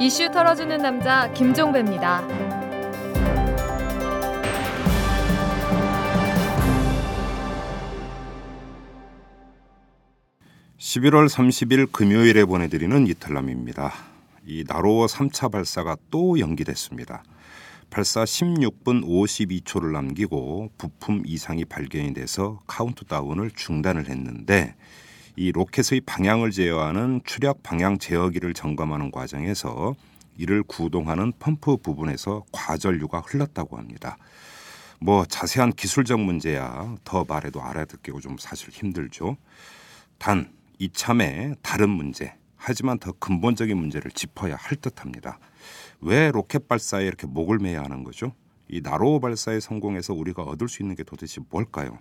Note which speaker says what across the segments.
Speaker 1: 이슈 털어주는 남자 김종배입니다.
Speaker 2: 11월 30일 금요일에 보내드리는 이탈남입니다. 이 나로워 3차 발사가 또 연기됐습니다. 발사 16분 52초를 남기고 부품 이상이 발견이 돼서 카운트다운을 중단을 했는데 이 로켓의 방향을 제어하는 추력 방향 제어기를 점검하는 과정에서 이를 구동하는 펌프 부분에서 과전류가 흘렀다고 합니다. 뭐 자세한 기술적 문제야 더 말해도 알아듣기고 좀 사실 힘들죠. 단 이참에 다른 문제 하지만 더 근본적인 문제를 짚어야 할 듯합니다. 왜 로켓 발사에 이렇게 목을 매야 하는 거죠? 이 나로호 발사의 성공에서 우리가 얻을 수 있는 게 도대체 뭘까요?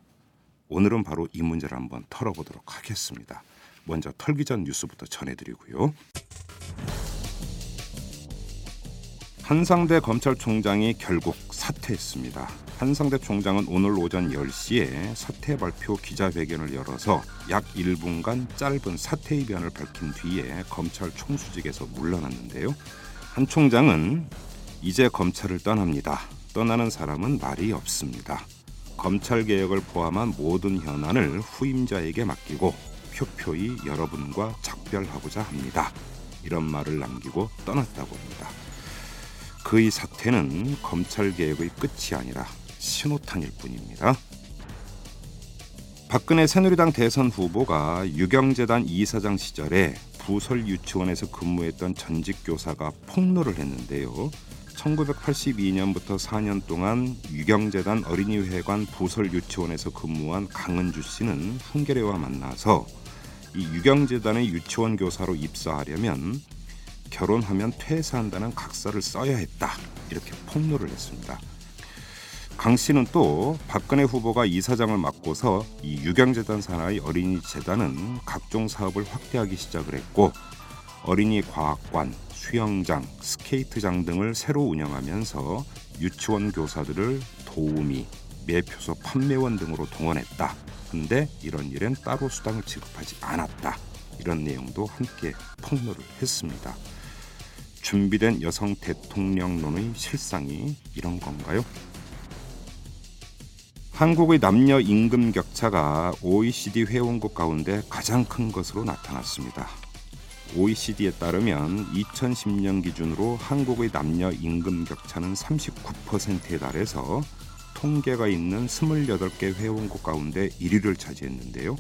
Speaker 2: 오늘은 바로 이 문제를 한번 털어보도록 하겠습니다. 먼저 털기 전 뉴스부터 전해드리고요. 한상대 검찰총장이 결국 사퇴했습니다. 한상대 총장은 오늘 오전 10시에 사퇴 발표 기자회견을 열어서 약 1분간 짧은 사퇴 의견을 밝힌 뒤에 검찰 총수직에서 물러났는데요. 한 총장은 이제 검찰을 떠납니다. 떠나는 사람은 말이 없습니다. 검찰 개혁을 포함한 모든 현안을 후임자에게 맡기고 표표히 여러분과 작별하고자 합니다. 이런 말을 남기고 떠났다고 합니다. 그의 사태는 검찰 개혁의 끝이 아니라 신호탄일 뿐입니다. 박근혜 새누리당 대선 후보가 유경재단 이사장 시절에 부설 유치원에서 근무했던 전직 교사가 폭로를 했는데요. 1982년부터 4년 동안 유경재단 어린이회관 부설 유치원에서 근무한 강은주 씨는 훈계래와 만나서 이 유경재단의 유치원 교사로 입사하려면 결혼하면 퇴사한다는 각서를 써야 했다 이렇게 폭로를 했습니다. 강 씨는 또 박근혜 후보가 이사장을 맡고서 이 유경재단 산하의 어린이 재단은 각종 사업을 확대하기 시작을 했고 어린이 과학관, 수영장, 스케이트장 등을 새로 운영하면서 유치원 교사들을 도우미, 매표소 판매원 등으로 동원했다. 근데 이런 일엔 따로 수당을 지급하지 않았다. 이런 내용도 함께 폭로를 했습니다. 준비된 여성 대통령론의 실상이 이런 건가요? 한국의 남녀 임금 격차가 OECD 회원국 가운데 가장 큰 것으로 나타났습니다. OECD에 따르면 2010년 기준으로 한국의 남녀 임금 격차는 39%에 달해서 통계가 있는 28개 회원국 가운데 1위를 차지했는데요.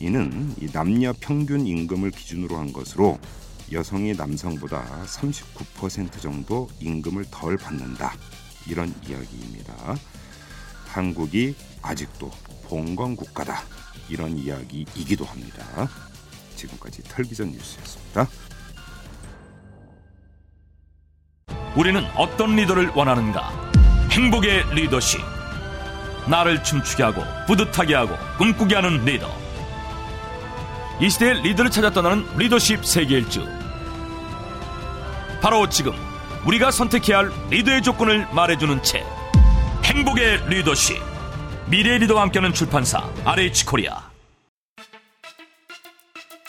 Speaker 2: 이는 이 남녀 평균 임금을 기준으로 한 것으로 여성이 남성보다 39% 정도 임금을 덜 받는다. 이런 이야기입니다. 한국이 아직도 봉건 국가다. 이런 이야기이기도 합니다. 지금까지 털기전 뉴스였습니다.
Speaker 3: 우리는 어떤 리더를 원하는가? 행복의 리더십. 나를 춤추게 하고 뿌듯하게 하고 꿈꾸게 하는 리더. 이 시대의 리더를 찾아 떠나는 리더십 세계일주. 바로 지금 우리가 선택해야 할 리더의 조건을 말해주는 책. 행복의 리더십. 미래 리더와 함께하는 출판사 RH 코리아.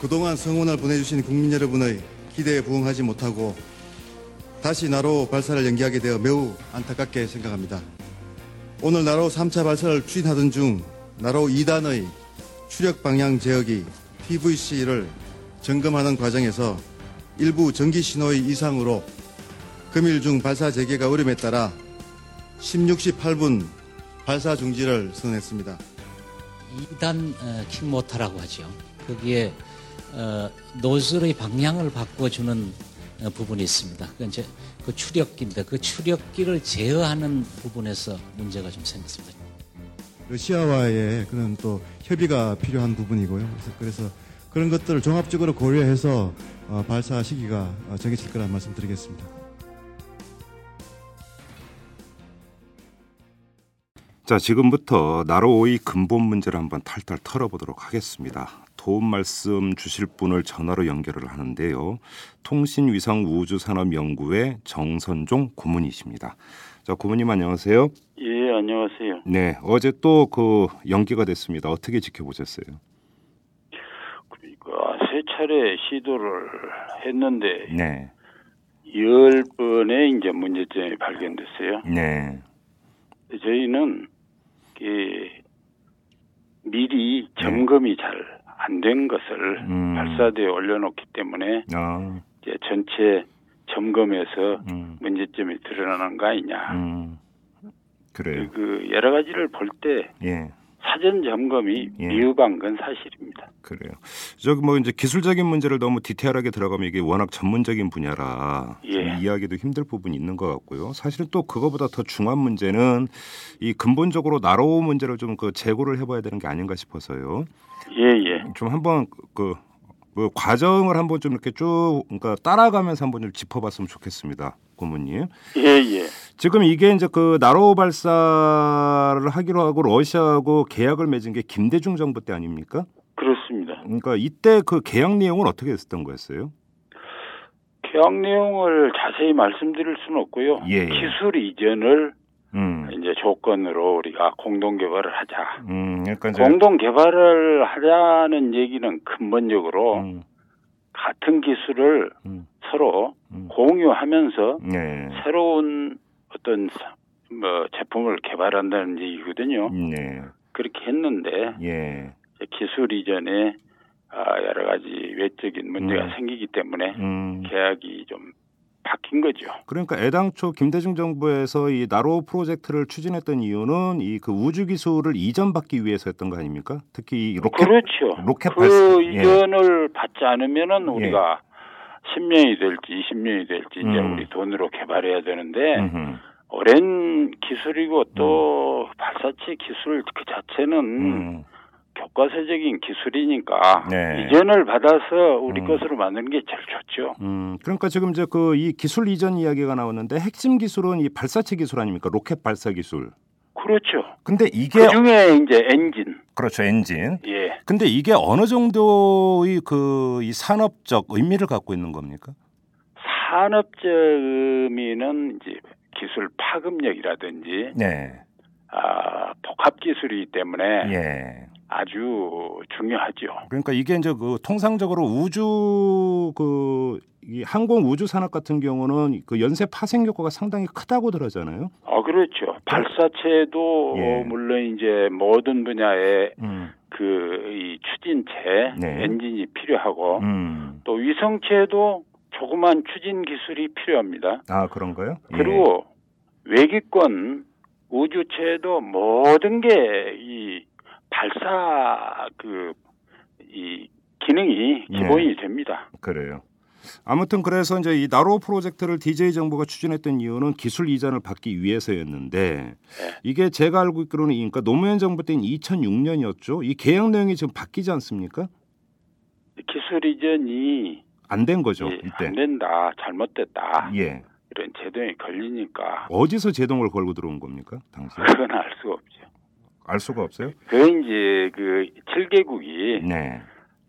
Speaker 4: 그동안 성원을 보내주신 국민 여러분의 기대에 부응하지 못하고 다시 나로 발사를 연기하게 되어 매우 안타깝게 생각합니다. 오늘 나로 3차 발사를 추진하던 중 나로 2단의 추력 방향 제어기 PVC를 점검하는 과정에서 일부 전기 신호의 이상으로 금일 중 발사 재개가 어림에 따라 16시 8분 발사 중지를 선언했습니다.
Speaker 5: 2단 어, 킥모터라고 하죠. 거기에 어, 노즐의 방향을 바꿔주는 어, 부분이 있습니다. 그건 이제 그 추력기인데 그 추력기를 제어하는 부분에서 문제가 좀 생겼습니다.
Speaker 4: 러시아와의 그런 또 협의가 필요한 부분이고요. 그래서, 그래서 그런 것들을 종합적으로 고려해서 어, 발사 시기가 어, 정해질 거란 말씀드리겠습니다.
Speaker 2: 자, 지금부터 나로오의 근본 문제를 한번 탈탈 털어보도록 하겠습니다. 도움 말씀 주실 분을 전화로 연결을 하는데요. 통신위성우주산업연구회 정선종 고문이십니다. 자, 고문님 안녕하세요.
Speaker 6: 예, 안녕하세요.
Speaker 2: 네, 어제 또 그 연기가 됐습니다. 어떻게 지켜보셨어요?
Speaker 6: 그러니까 세 차례 시도를 했는데
Speaker 2: 네,
Speaker 6: 열 번의 이제 문제점이 발견됐어요.
Speaker 2: 네,
Speaker 6: 저희는 그 미리 점검이 잘 안 된 것을
Speaker 2: 네. 음.
Speaker 6: 발사대에 올려놓기 때문에
Speaker 2: 아,
Speaker 6: 이제 전체 점검에서
Speaker 2: 음,
Speaker 6: 문제점이 드러나는 거 아니냐.
Speaker 2: 음, 그래요.
Speaker 6: 그 여러 가지를 볼 때
Speaker 2: 예,
Speaker 6: 사전 점검이
Speaker 2: 예.
Speaker 6: 미흡한 건 사실입니다.
Speaker 2: 그래요. 저기 뭐 이제 기술적인 문제를 너무 디테일하게 들어가면 이게 워낙 전문적인 분야라 좀
Speaker 6: 예.
Speaker 2: 이해하기도 힘들 부분이 있는 것 같고요. 사실은 또 그거보다 더 중요한 문제는 이 근본적으로 나로 문제를 좀 그 재고를 해봐야 되는 게 아닌가 싶어서요.
Speaker 6: 예, 예.
Speaker 2: 좀 한번 그, 그 과정을 한번 좀 이렇게 쭉 그러니까 따라가면서 한번 좀 짚어봤으면 좋겠습니다, 고모님.
Speaker 6: 예, 예.
Speaker 2: 지금 이게 이제 그 나로 발사를 하기로 하고 러시아하고 계약을 맺은 게 김대중 정부 때 아닙니까?
Speaker 6: 그렇습니다.
Speaker 2: 그러니까 이때 그 계약 내용은 어떻게 했었던 거였어요?
Speaker 6: 계약 내용을 자세히 말씀드릴 수는 없고요.
Speaker 2: 예, 예.
Speaker 6: 기술 이전을
Speaker 2: 음,
Speaker 6: 이제 조건으로 우리가 공동 개발을 하자.
Speaker 2: 음, 약간 이제
Speaker 6: 공동 개발을 하자는 얘기는 근본적으로
Speaker 2: 음,
Speaker 6: 같은 기술을
Speaker 2: 음,
Speaker 6: 서로
Speaker 2: 음.
Speaker 6: 공유하면서
Speaker 2: 네,
Speaker 6: 새로운 어떤 사- 뭐 제품을 개발한다는 얘기거든요.
Speaker 2: 네,
Speaker 6: 그렇게 했는데
Speaker 2: 예,
Speaker 6: 이제 기술 이전에 아, 여러 가지 외적인 문제가
Speaker 2: 음.
Speaker 6: 생기기 때문에
Speaker 2: 음.
Speaker 6: 계약이 좀 바뀐 거죠.
Speaker 2: 그러니까 애당초 김대중 정부에서 이 나로 프로젝트를 추진했던 이유는 이 그 우주 기술을 이전받기 위해서였던 거 아닙니까? 특히 이 로켓
Speaker 6: 그렇죠.
Speaker 2: 로켓 발사. 예.
Speaker 6: 그 이전을 받지 않으면은 우리가 10년이 될지 20년이 될지 이제
Speaker 2: 음.
Speaker 6: 우리 돈으로 개발해야 되는데
Speaker 2: 음흠,
Speaker 6: 오랜 기술이고 또 발사체 기술 그 자체는
Speaker 2: 음,
Speaker 6: 교과서적인 기술이니까
Speaker 2: 네.
Speaker 6: 이전을 받아서 우리
Speaker 2: 음.
Speaker 6: 것으로 만드는 게 제일 좋죠.
Speaker 2: 음, 그러니까 지금 이제 그 이 기술 이전 이야기가 나오는데 핵심 기술은 이 발사체 기술 아닙니까? 로켓 발사 기술.
Speaker 6: 그렇죠.
Speaker 2: 근데 이게
Speaker 6: 그 중에 이제 엔진,
Speaker 2: 그렇죠 엔진.
Speaker 6: 예,
Speaker 2: 근데 이게 어느 정도의 그 이 산업적 의미를 갖고 있는 겁니까?
Speaker 6: 산업적 의미는 이제 기술 파급력이라든지
Speaker 2: 네.
Speaker 6: 아, 복합 기술이기 때문에
Speaker 2: 예.
Speaker 6: 아주 중요하죠.
Speaker 2: 그러니까 이게 이제 그 통상적으로 우주 그이 항공 우주 산업 같은 경우는 그 연쇄 파생 효과가 상당히 크다고 들었잖아요.
Speaker 6: 어, 그렇죠. 발사체도
Speaker 2: 예.
Speaker 6: 어, 물론 이제 모든 분야의
Speaker 2: 음.
Speaker 6: 그 이 추진체
Speaker 2: 네.
Speaker 6: 엔진이 필요하고
Speaker 2: 음.
Speaker 6: 또 위성체도 조그만 추진 기술이 필요합니다.
Speaker 2: 아 그런가요? 예.
Speaker 6: 그리고 외기권 우주체도 모든 게 이 발사 그 이 기능이
Speaker 2: 예.
Speaker 6: 기본이 됩니다.
Speaker 2: 그래요. 아무튼 그래서 이제 이 나로 프로젝트를 DJ 정부가 추진했던 이유는 기술 이전을 받기 위해서였는데 이게 제가 알고 있기로는 그러니까 노무현 정부 때인 2006년이었죠. 이 계약 내용이 지금 바뀌지 않습니까?
Speaker 6: 기술 이전이
Speaker 2: 안 된 거죠
Speaker 6: 예,
Speaker 2: 그렇죠. 이때.
Speaker 6: 안 된다, 잘못됐다
Speaker 2: 예.
Speaker 6: 이런 제동이 걸리니까
Speaker 2: 어디서 제동을 걸고 들어온 겁니까 당시?
Speaker 6: 그건 알 수가 없죠.
Speaker 2: 알 수가 없어요.
Speaker 6: 그 이제 그 7개국이
Speaker 2: 네.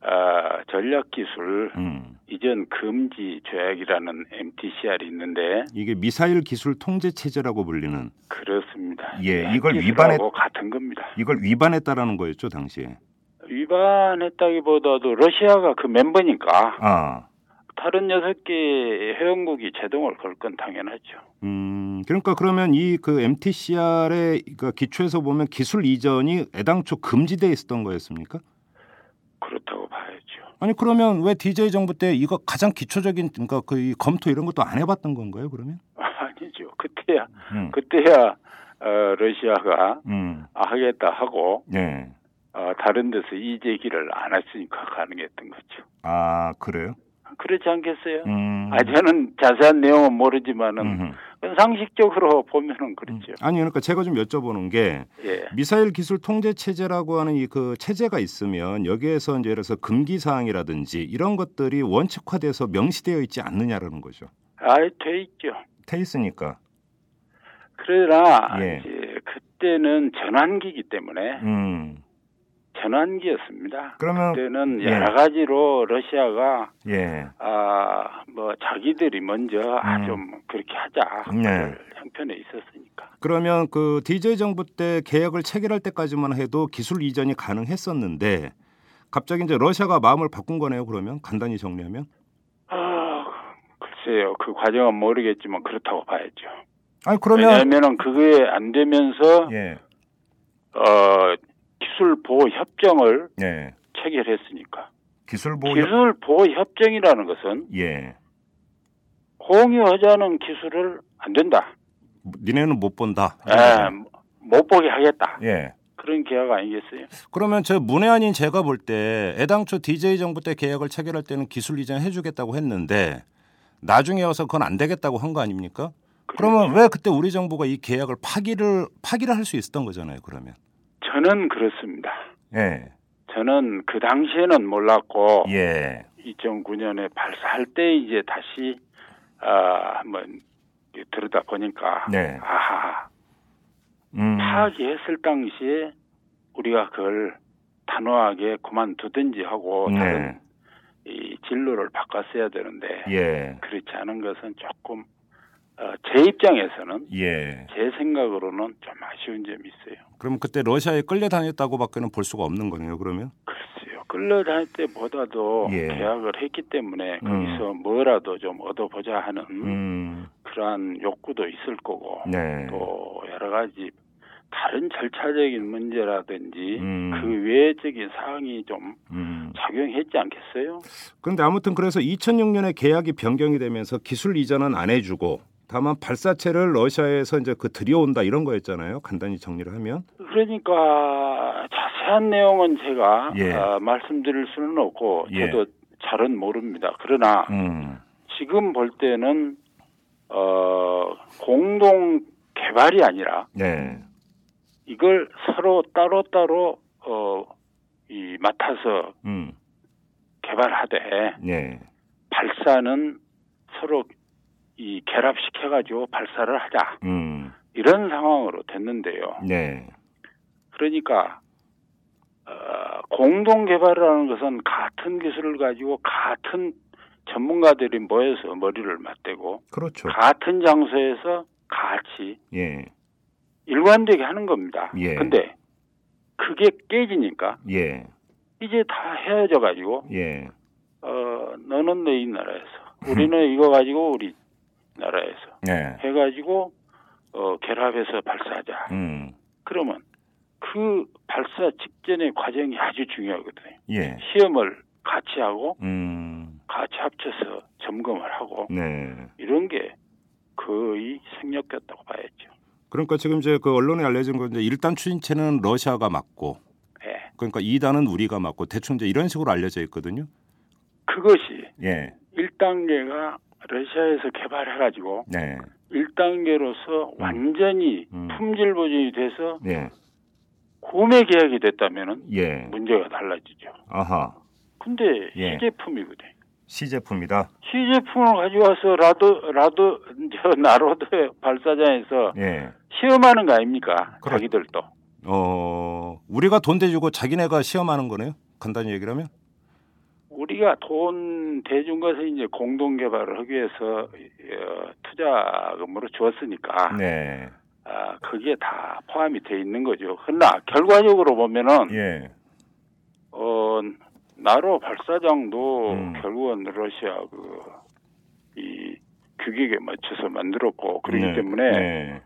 Speaker 6: 아, 전략 기술
Speaker 2: 음.
Speaker 6: 이전 금지 조약이라는 MTCR이 있는데
Speaker 2: 이게 미사일 기술 통제 체제라고 불리는
Speaker 6: 그렇습니다. 아,
Speaker 2: 예, 이걸
Speaker 6: 기술하고 같은 겁니다.
Speaker 2: 이걸 위반했다라는 거였죠 당시에.
Speaker 6: 위반했다기보다도 러시아가 그 멤버니까
Speaker 2: 아.
Speaker 6: 다른 여섯 개 회원국이 제동을 걸 건 당연하죠.
Speaker 2: 음, 그러니까 그러면 이 그 MTCR의 그 기초에서 보면 기술 이전이 애당초 금지돼 있었던 거였습니까?
Speaker 6: 그렇다고 봐야죠.
Speaker 2: 아니 그러면 왜 DJ 정부 때 이거 가장 기초적인 그러니까 그이 검토 이런 것도 안 해봤던 건가요 그러면?
Speaker 6: 아니죠. 그때야
Speaker 2: 음.
Speaker 6: 그때야 어, 러시아가
Speaker 2: 음.
Speaker 6: 아, 하겠다 하고
Speaker 2: 네.
Speaker 6: 어, 다른 데서 이재기를 안 했으니까 가능했던 거죠.
Speaker 2: 아 그래요?
Speaker 6: 그렇지 않겠어요?
Speaker 2: 음.
Speaker 6: 아 저는 자세한 내용은 모르지만은
Speaker 2: 음흠.
Speaker 6: 그건 상식적으로 보면은 그렇죠.
Speaker 2: 아니 그러니까 제가 좀 여쭤보는 게
Speaker 6: 예.
Speaker 2: 미사일 기술 통제 체제라고 하는 이 그 체제가 있으면 여기에서 이제 예를 들어서 금기 사항이라든지 이런 것들이 원칙화돼서 명시되어 있지 않느냐라는 거죠.
Speaker 6: 아이 돼 있죠.
Speaker 2: 돼 있으니까.
Speaker 6: 그러나
Speaker 2: 예.
Speaker 6: 이제 그때는 전환기이기 때문에
Speaker 2: 음.
Speaker 6: 전환기였습니다.
Speaker 2: 그러면
Speaker 6: 그때는
Speaker 2: 예.
Speaker 6: 여러 가지로 러시아가
Speaker 2: 예.
Speaker 6: 아 뭐 자기들이 먼저 아, 좀 그렇게 하자
Speaker 2: 음. 네.
Speaker 6: 그럴 형편에 있었으니까
Speaker 2: 그러면 그 DJ 정부 때 계약을 체결할 때까지만 해도 기술 이전이 가능했었는데 갑자기 이제 러시아가 마음을 바꾼 거네요. 그러면 간단히 정리하면
Speaker 6: 아 글쎄요 그 과정은 모르겠지만 그렇다고 봐야죠.
Speaker 2: 아니 그러면
Speaker 6: 왜냐하면은 그게 안 되면서
Speaker 2: 예.
Speaker 6: 어 기술 보호 협정을
Speaker 2: 예.
Speaker 6: 체결했으니까
Speaker 2: 기술 보호
Speaker 6: 기술 보호 협정이라는 것은
Speaker 2: 예.
Speaker 6: 공유하지 않은 기술을 안 된다.
Speaker 2: 아, 니네는 못 본다.
Speaker 6: 예, 못 보게 하겠다.
Speaker 2: 예.
Speaker 6: 그런 계약 아니겠어요?
Speaker 2: 그러면 저 문외 아닌 제가 볼 때 애당초 DJ 정부 때 계약을 체결할 때는 기술 이전 해주겠다고 했는데 나중에 와서 그건 안 되겠다고 한 거 아닙니까? 그러면 왜 그때 우리 정부가 이 계약을 파기를 파기를 할 수 있었던 거잖아요. 그러면
Speaker 6: 저는 그렇습니다.
Speaker 2: 예,
Speaker 6: 저는 그 당시에는 몰랐고
Speaker 2: 예,
Speaker 6: 2009년에 발사할 때 이제 다시 아 한번 들여다 보니까
Speaker 2: 네.
Speaker 6: 아하
Speaker 2: 음,
Speaker 6: 파기했을 당시에 우리가 그걸 단호하게 그만두든지 하고 다른
Speaker 2: 네,
Speaker 6: 이 진로를 바꿨어야 되는데
Speaker 2: 예,
Speaker 6: 그렇지 않은 것은 조금 어, 제 입장에서는
Speaker 2: 예.
Speaker 6: 제 생각으로는 좀 아쉬운 점이 있어요.
Speaker 2: 그럼 그때 러시아에 끌려다녔다고밖에는 볼 수가 없는 거네요. 그러면
Speaker 6: 글쎄요. 끌려다닐 때보다도
Speaker 2: 예.
Speaker 6: 계약을 했기 때문에
Speaker 2: 음.
Speaker 6: 거기서 뭐라도 좀 얻어보자 하는
Speaker 2: 음,
Speaker 6: 그러한 욕구도 있을 거고
Speaker 2: 네,
Speaker 6: 또 여러 가지 다른 절차적인 문제라든지
Speaker 2: 음.
Speaker 6: 그 외적인 사항이 좀
Speaker 2: 음.
Speaker 6: 작용했지 않겠어요?
Speaker 2: 근데 아무튼 그래서 2006년에 계약이 변경이 되면서 기술 이전은 안 해주고 다만 발사체를 러시아에서 이제 그 들여온다 이런 거였잖아요. 간단히 정리를 하면
Speaker 6: 그러니까 자세한 내용은 제가
Speaker 2: 예.
Speaker 6: 아, 말씀드릴 수는 없고
Speaker 2: 예.
Speaker 6: 저도 잘은 모릅니다. 그러나
Speaker 2: 음.
Speaker 6: 지금 볼 때는 어, 공동 개발이 아니라
Speaker 2: 네.
Speaker 6: 이걸 서로 따로따로 어, 이 맡아서
Speaker 2: 음.
Speaker 6: 개발하되
Speaker 2: 네.
Speaker 6: 발사는 서로 이 결합시켜 가지고 발사를 하자
Speaker 2: 음.
Speaker 6: 이런 상황으로 됐는데요.
Speaker 2: 네.
Speaker 6: 그러니까 어, 공동 개발이라는 것은 같은 기술을 가지고 같은 전문가들이 모여서 머리를 맞대고
Speaker 2: 그렇죠.
Speaker 6: 같은 장소에서 같이
Speaker 2: 예.
Speaker 6: 일관되게 하는 겁니다.
Speaker 2: 예.
Speaker 6: 근데 그게 깨지니까
Speaker 2: 예.
Speaker 6: 이제 다 헤어져 가지고
Speaker 2: 예.
Speaker 6: 어 너는 너희 나라에서 우리는 이거 가지고 우리 나라에서
Speaker 2: 네.
Speaker 6: 해 가지고 어 결합해서 발사하자.
Speaker 2: 음.
Speaker 6: 그러면 그 발사 직전의 과정이 아주 중요하거든요.
Speaker 2: 예.
Speaker 6: 시험을 같이 하고
Speaker 2: 음.
Speaker 6: 같이 합쳐서 점검을 하고
Speaker 2: 네.
Speaker 6: 이런 게 거의 생략됐다고 봐야죠.
Speaker 2: 그러니까 지금 이제 그 언론에 알려진 건 이제 일단 추진체는 러시아가 맞고
Speaker 6: 예.
Speaker 2: 그러니까 이단은 우리가 맞고 대충 이제 이런 식으로 알려져 있거든요.
Speaker 6: 그것이
Speaker 2: 예.
Speaker 6: 1단계가 러시아에서 개발해 가지고
Speaker 2: 네.
Speaker 6: 1단계로서 완전히
Speaker 2: 음.
Speaker 6: 품질 보증이 돼서
Speaker 2: 예.
Speaker 6: 구매 계약이 됐다면은
Speaker 2: 예.
Speaker 6: 문제가 달라지죠.
Speaker 2: 아하.
Speaker 6: 근데
Speaker 2: 예.
Speaker 6: 시제품이거든.
Speaker 2: 시제품이다.
Speaker 6: 시제품을 가져와서 라도 라도 저 나로도 발사장에서
Speaker 2: 예.
Speaker 6: 시험하는 거 아닙니까?
Speaker 2: 그렇-
Speaker 6: 자기들도.
Speaker 2: 어, 우리가 돈 대주고 자기네가 시험하는 거네요. 간단히 얘기를 하면.
Speaker 6: 우리가 돈 대준 것을 이제 공동 개발을 하기 위해서 어, 투자금으로 주었으니까
Speaker 2: 네.
Speaker 6: 아, 그게 다 포함이 돼 있는 거죠. 그러나 결과적으로 보면은
Speaker 2: 예.
Speaker 6: 어, 나로 발사장도
Speaker 2: 음.
Speaker 6: 결국은 러시아 그 이 규격에 맞춰서 만들었고 그렇기 때문에
Speaker 2: 네.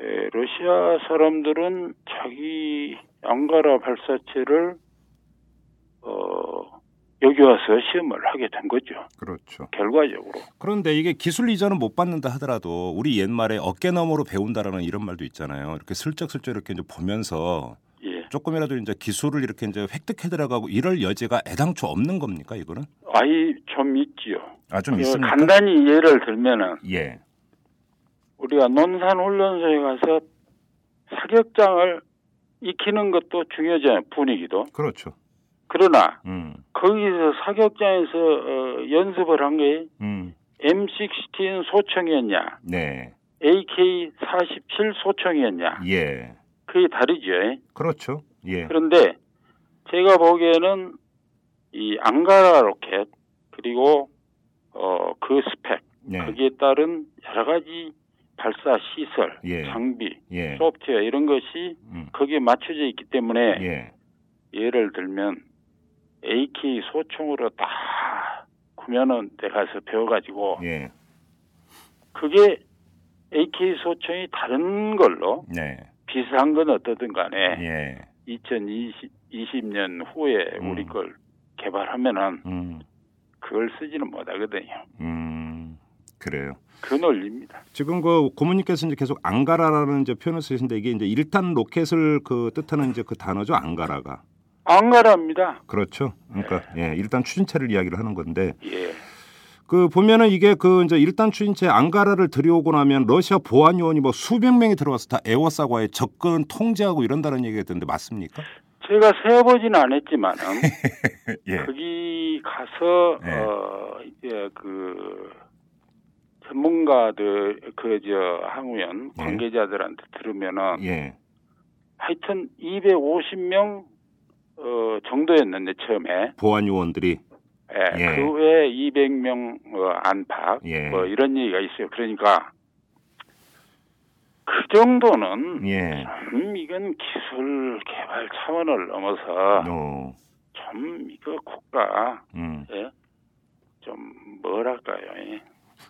Speaker 6: 에, 예, 러시아 사람들은 자기 앙가라 발사체를 어, 여기 와서 시험을 하게 된 거죠.
Speaker 2: 그렇죠.
Speaker 6: 결과적으로.
Speaker 2: 그런데 이게 기술 이전은 못 받는다 하더라도 우리 옛말에 어깨 너머로 배운다라는 이런 말도 있잖아요. 이렇게 슬쩍슬쩍 이렇게 이제 보면서
Speaker 6: 예.
Speaker 2: 조금이라도 이제 기술을 이렇게 이제 획득해 들어가고 이럴 여지가 애당초 없는 겁니까 이거는?
Speaker 6: 아이 좀 있지요.
Speaker 2: 아 좀
Speaker 6: 그
Speaker 2: 있습니까?
Speaker 6: 간단히 예를 들면은
Speaker 2: 예.
Speaker 6: 우리가 논산훈련소에 가서 사격장을 익히는 것도 중요하잖아요. 분위기도.
Speaker 2: 그렇죠.
Speaker 6: 그러나
Speaker 2: 음.
Speaker 6: 거기서 사격장에서 어, 연습을 한 게
Speaker 2: 음.
Speaker 6: M16 소총이었냐,
Speaker 2: 네.
Speaker 6: AK47 소총이었냐,
Speaker 2: 예.
Speaker 6: 그게 다르죠. 예.
Speaker 2: 그렇죠. 예.
Speaker 6: 그런데 제가 보기에는 이 앙가라 로켓 그리고 어 그 스펙
Speaker 2: 네.
Speaker 6: 거기에 따른 여러 가지 발사 시설,
Speaker 2: 예.
Speaker 6: 장비,
Speaker 2: 예.
Speaker 6: 소프트웨어 이런 것이
Speaker 2: 음.
Speaker 6: 거기에 맞춰져 있기 때문에
Speaker 2: 예.
Speaker 6: 예를 들면 AK 소총으로 다 구면은 데 가서 배워가지고
Speaker 2: 예.
Speaker 6: 그게 AK 소총이 다른 걸로
Speaker 2: 네.
Speaker 6: 비슷한 건 어떻든 간에
Speaker 2: 예.
Speaker 6: 2020년 후에
Speaker 2: 음.
Speaker 6: 우리 걸 개발하면은
Speaker 2: 음.
Speaker 6: 그걸 쓰지는 못하거든요.
Speaker 2: 음. 그래요.
Speaker 6: 그 논리입니다.
Speaker 2: 지금 그 고모님께서 이제 계속 앙가라라는 이제 표현을 쓰신데 이게 이제 일탄 로켓을 그 뜻하는 이제 그 단어죠 앙가라가
Speaker 6: 안가랍니다.
Speaker 2: 그렇죠. 그러니까 예 일단 추진체를 이야기를 하는 건데
Speaker 6: 예.
Speaker 2: 그 보면은 이게 그 이제 일단 추진체 앙가라를 들여오고 나면 러시아 보안 요원이 뭐 수백 명이 들어와서 다 에워싸과에 접근 통제하고 이런다는 얘기가 있던데 맞습니까?
Speaker 6: 제가 세어보지는 않았지만은
Speaker 2: 예.
Speaker 6: 거기 가서
Speaker 2: 네.
Speaker 6: 어 이제 그 전문가들 그 저 항우연
Speaker 2: 네.
Speaker 6: 관계자들한테 들으면은
Speaker 2: 예.
Speaker 6: 하여튼 250명 어 정도였는데 처음에
Speaker 2: 보안 요원들이
Speaker 6: 예,
Speaker 2: 예.
Speaker 6: 그 외에 200명 어, 안팎
Speaker 2: 예.
Speaker 6: 뭐 이런 얘기가 있어요. 그러니까 그 정도는
Speaker 2: 예.
Speaker 6: 음, 이건 기술 개발 차원을 넘어서
Speaker 2: 어.
Speaker 6: 좀 이거 국가
Speaker 2: 음.
Speaker 6: 예? 좀 뭐랄까요? 예?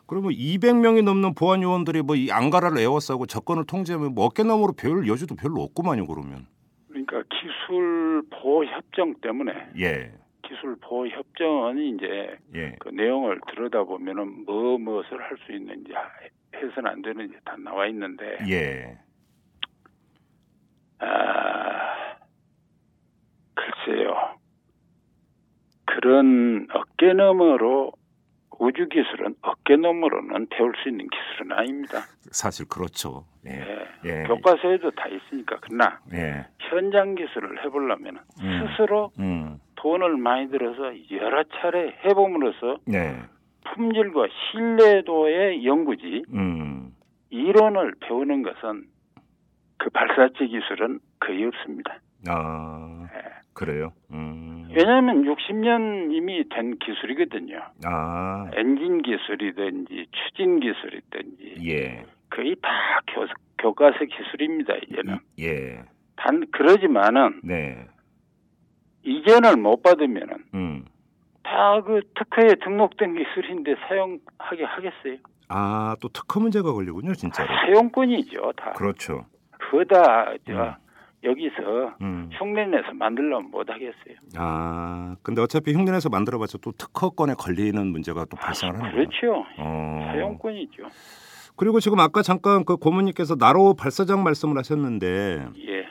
Speaker 2: 그러면 200명이 넘는 보안 요원들이 뭐 이 앙가라를 에워싸고 접근을 통제하면 뭐 어깨너머로 배울 여지도 별로 없구만요 그러면.
Speaker 6: 그러니까 기술 보호 협정 때문에
Speaker 2: 예.
Speaker 6: 기술 보호 협정이 이제
Speaker 2: 예.
Speaker 6: 그 내용을 들여다보면은 뭐 무엇을 할 수 있는지 해서는 안 되는지 다 나와 있는데
Speaker 2: 예.
Speaker 6: 아, 글쎄요. 그런 어깨너머로 우주 기술은 어깨너머로는 배울 수 있는 기술은 아닙니다.
Speaker 2: 사실 그렇죠. 예.
Speaker 6: 예.
Speaker 2: 예.
Speaker 6: 교과서에도 다 있으니까 그러나
Speaker 2: 예.
Speaker 6: 현장 기술을 해보려면
Speaker 2: 음.
Speaker 6: 스스로
Speaker 2: 음.
Speaker 6: 돈을 많이 들어서 여러 차례 해봄으로써
Speaker 2: 네.
Speaker 6: 품질과 신뢰도의 연구지
Speaker 2: 음.
Speaker 6: 이론을 배우는 것은 그 발사체 기술은 거의 없습니다.
Speaker 2: 아. 그래요. 음.
Speaker 6: 왜냐하면 60년 이미 된 기술이거든요.
Speaker 2: 아.
Speaker 6: 엔진 기술이든지 추진 기술이든지
Speaker 2: 예.
Speaker 6: 거의 다 교, 교과서 기술입니다. 이제는
Speaker 2: 이- 예.
Speaker 6: 단 그러지만은
Speaker 2: 네.
Speaker 6: 이전을 못 받으면은
Speaker 2: 음.
Speaker 6: 다 그 특허에 등록된 기술인데 사용하게 하겠어요.
Speaker 2: 아, 또 특허 문제가 걸리군요, 진짜로.
Speaker 6: 사용권이죠 다.
Speaker 2: 그렇죠.
Speaker 6: 그다 저
Speaker 2: 음.
Speaker 6: 여기서
Speaker 2: 음.
Speaker 6: 흉내내서 만들려면 못 하겠어요.
Speaker 2: 아, 근데 어차피 흉내내서 만들어봤자 또 특허권에 걸리는 문제가 또 발생을 하는 거예요.
Speaker 6: 그렇죠.
Speaker 2: 어.
Speaker 6: 사용권이죠.
Speaker 2: 그리고 지금 아까 잠깐 그 고모님께서 나로 발사장 말씀을 하셨는데
Speaker 6: 예.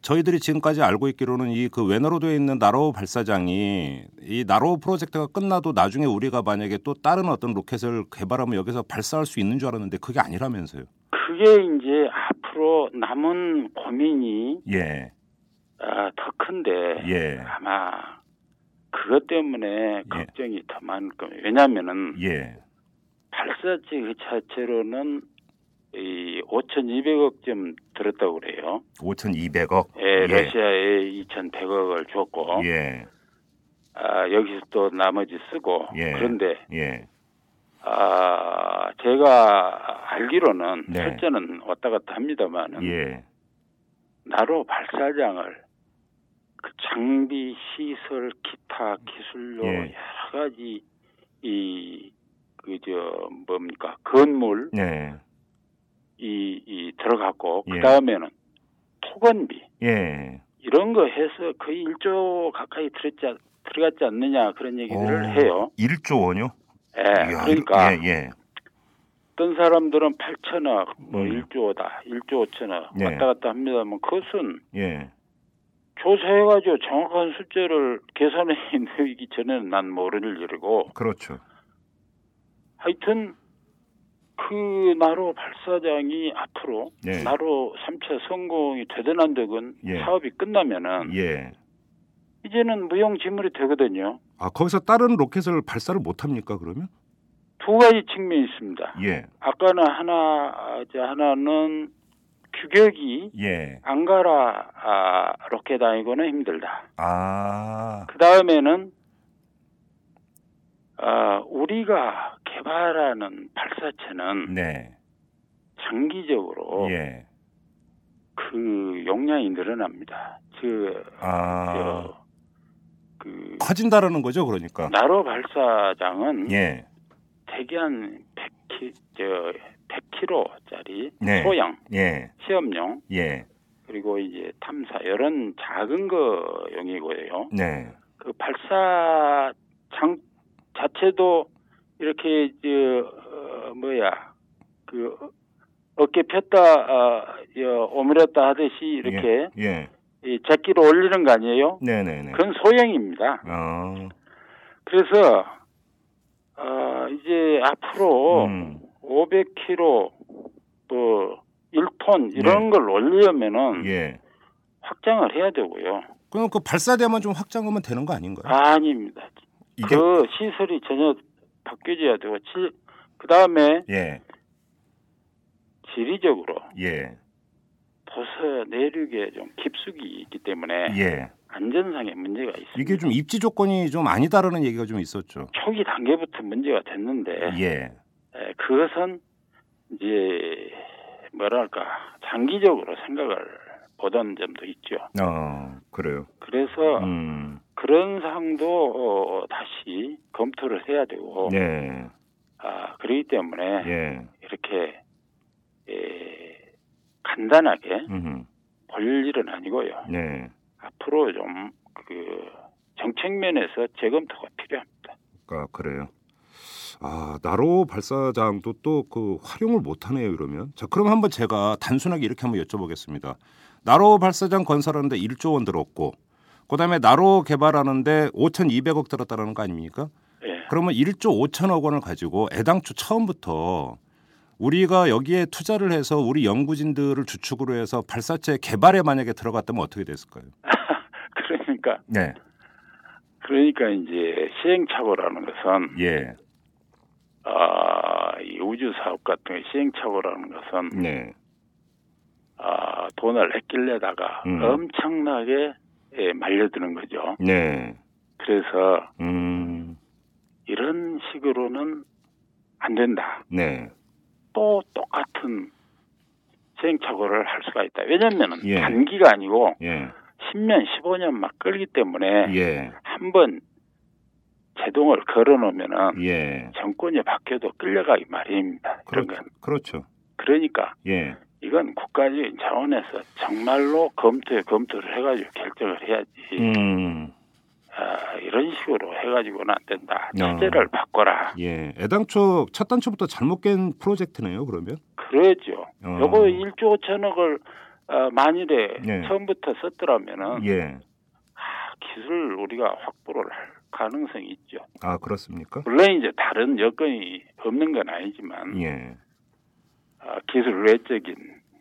Speaker 2: 저희들이 지금까지 알고 있기로는 이 그 외나로 되어 있는 나로 발사장이 이 나로 프로젝트가 끝나도 나중에 우리가 만약에 또 다른 어떤 로켓을 개발하면 여기서 발사할 수 있는 줄 알았는데 그게 아니라면서요.
Speaker 6: 그게 이제 앞으로 남은 고민이
Speaker 2: 예.
Speaker 6: 아, 더 큰데
Speaker 2: 예.
Speaker 6: 아마 그것 때문에 걱정이 더 많을 겁니다. 왜냐하면은
Speaker 2: 예.
Speaker 6: 발사체 그 자체로는 이 5,200억 쯤 들었다고 그래요.
Speaker 2: 5,200억.
Speaker 6: 예, 러시아에 2,100억을 줬고
Speaker 2: 예.
Speaker 6: 아, 여기서 또 나머지 쓰고
Speaker 2: 예.
Speaker 6: 그런데
Speaker 2: 예.
Speaker 6: 아, 제가 알기로는
Speaker 2: 네.
Speaker 6: 실제는 왔다 갔다 합니다만은
Speaker 2: 예.
Speaker 6: 나로 발사장을 그 장비, 시설, 기타, 기술로
Speaker 2: 예.
Speaker 6: 여러 가지 이 그 저 뭡니까 건물
Speaker 2: 예.
Speaker 6: 이, 이 들어갔고
Speaker 2: 예.
Speaker 6: 그 다음에는 토건비
Speaker 2: 예.
Speaker 6: 이런 거 해서 거의 1조 가까이 들었지 않- 들어갔지 않느냐 그런 얘기들을
Speaker 2: 오.
Speaker 6: 해요.
Speaker 2: 1조 원요?
Speaker 6: 예,
Speaker 2: 이야,
Speaker 6: 그러니까
Speaker 2: 예, 예.
Speaker 6: 어떤 사람들은 8천억, 뭐
Speaker 2: 음.
Speaker 6: 1조다, 1조 5천억
Speaker 2: 예.
Speaker 6: 왔다 갔다 합니다만 그것은
Speaker 2: 예.
Speaker 6: 조사해가지고 정확한 숫자를 계산해 내기 전에는 난 모를 일이고
Speaker 2: 그렇죠.
Speaker 6: 하여튼 그 나로 발사장이 앞으로
Speaker 2: 예.
Speaker 6: 나로 3차 성공이 되든 안 되든
Speaker 2: 예.
Speaker 6: 사업이 끝나면은
Speaker 2: 예.
Speaker 6: 이제는 무용지물이 되거든요.
Speaker 2: 아 거기서 다른 로켓을 발사를 못 합니까 그러면?
Speaker 6: 두 가지 측면이 있습니다.
Speaker 2: 예.
Speaker 6: 아까는 하나 아, 이제 하나는 규격이
Speaker 2: 예.
Speaker 6: 안가라 아, 로켓 아니고는 힘들다.
Speaker 2: 아.
Speaker 6: 그 다음에는 아, 우리가 개발하는 발사체는
Speaker 2: 네.
Speaker 6: 장기적으로
Speaker 2: 예.
Speaker 6: 그 용량이 늘어납니다. 즉,
Speaker 2: 아.
Speaker 6: 저, 그
Speaker 2: 커진다라는 거죠, 그러니까.
Speaker 6: 나로 발사장은
Speaker 2: 예.
Speaker 6: 대개 한 100키, 저, 100kg짜리
Speaker 2: 네.
Speaker 6: 소형
Speaker 2: 예.
Speaker 6: 시험용
Speaker 2: 예.
Speaker 6: 그리고 이제 탐사 이런 작은 거용이고요.
Speaker 2: 네.
Speaker 6: 그 발사장 자체도 이렇게 저 어, 뭐야 그 어깨 폈다 어, 여, 오므렸다 하듯이 이렇게
Speaker 2: 예.
Speaker 6: 이 제끼로 올리는 거 아니에요?
Speaker 2: 네, 네, 네.
Speaker 6: 그건 소형입니다.
Speaker 2: 아.
Speaker 6: 그래서 어, 이제 앞으로
Speaker 2: 음.
Speaker 6: 500kg 또 1톤 이런 걸 올리려면은
Speaker 2: 네. 예.
Speaker 6: 확장을 해야 되고요.
Speaker 2: 그럼 그 발사대만 좀 확장하면 되는 거 아닌가요?
Speaker 6: 아닙니다.
Speaker 2: 이게
Speaker 6: 그 시설이 전혀 바뀌어져야 되고 그 다음에
Speaker 2: 예.
Speaker 6: 지리적으로
Speaker 2: 예.
Speaker 6: 네. 도서 내륙에 좀 깊숙이 있기 때문에
Speaker 2: 예.
Speaker 6: 안전상의 문제가 있습니다.
Speaker 2: 이게 좀 입지 조건이 좀 아니다라는 얘기가 좀 있었죠.
Speaker 6: 초기 단계부터 문제가 됐는데
Speaker 2: 예.
Speaker 6: 에, 그것은 이제 뭐랄까 장기적으로 생각을 보던 점도 있죠.
Speaker 2: 어, 그래요.
Speaker 6: 그래서
Speaker 2: 음.
Speaker 6: 그런 상도 어, 다시 검토를 해야 되고
Speaker 2: 네.
Speaker 6: 아, 그렇기 때문에
Speaker 2: 예.
Speaker 6: 이렇게 에, 간단하게
Speaker 2: 음.
Speaker 6: 볼 일은 아니고요.
Speaker 2: 네.
Speaker 6: 앞으로 좀 그 정책 면에서 재검토가 필요합니다.
Speaker 2: 아, 그래요. 아, 나로 발사장도 또 그 활용을 못 하네요, 이러면. 자, 그럼 한번 제가 단순하게 이렇게 한번 여쭤보겠습니다. 나로 발사장 건설하는데 1조 원 들었고 그다음에 나로 개발하는데 5,200억 들었다라는 거 아닙니까?
Speaker 6: 예.
Speaker 2: 그러면 1조 5천억 원을 가지고 애당초 처음부터 우리가 여기에 투자를 해서 우리 연구진들을 주축으로 해서 발사체 개발에 만약에 들어갔다면 어떻게 됐을까요?
Speaker 6: 그러니까
Speaker 2: 네.
Speaker 6: 그러니까 이제 시행착오라는 것은
Speaker 2: 예.
Speaker 6: 아, 이 우주 사업 같은 거 시행착오라는 것은
Speaker 2: 네.
Speaker 6: 아, 돈을 아끼려다가
Speaker 2: 음.
Speaker 6: 엄청나게 예, 말려드는 거죠.
Speaker 2: 네.
Speaker 6: 그래서
Speaker 2: 음.
Speaker 6: 이런 식으로는 안 된다.
Speaker 2: 네.
Speaker 6: 또 똑같은 시행착오를 할 수가 있다. 왜냐면은
Speaker 2: 예.
Speaker 6: 단기가 아니고
Speaker 2: 예.
Speaker 6: 10년, 15년 막 끌기 때문에
Speaker 2: 예.
Speaker 6: 한 번 제동을 걸어놓으면은
Speaker 2: 예.
Speaker 6: 정권이 바뀌어도 끌려가기 마련입니다. 이런
Speaker 2: 그렇죠.
Speaker 6: 건.
Speaker 2: 그렇죠.
Speaker 6: 그러니까
Speaker 2: 예.
Speaker 6: 이건 국가적인 차원에서 정말로 검토에 검토를 해가지고 결정을 해야지.
Speaker 2: 음.
Speaker 6: 아, 이런 식으로 해가지고는 안 된다.
Speaker 2: 아.
Speaker 6: 체제를 바꿔라.
Speaker 2: 예. 애당초 첫 단추부터 잘못 깬 프로젝트네요, 그러면.
Speaker 6: 그러죠.
Speaker 2: 어.
Speaker 6: 요거 1조 5천억을 어, 만일에
Speaker 2: 네.
Speaker 6: 처음부터 썼더라면은
Speaker 2: 예.
Speaker 6: 아, 기술 우리가 확보를 할 가능성이 있죠.
Speaker 2: 아, 그렇습니까?
Speaker 6: 물론 이제 다른 여건이 없는 건 아니지만
Speaker 2: 예.
Speaker 6: 아, 기술 외적인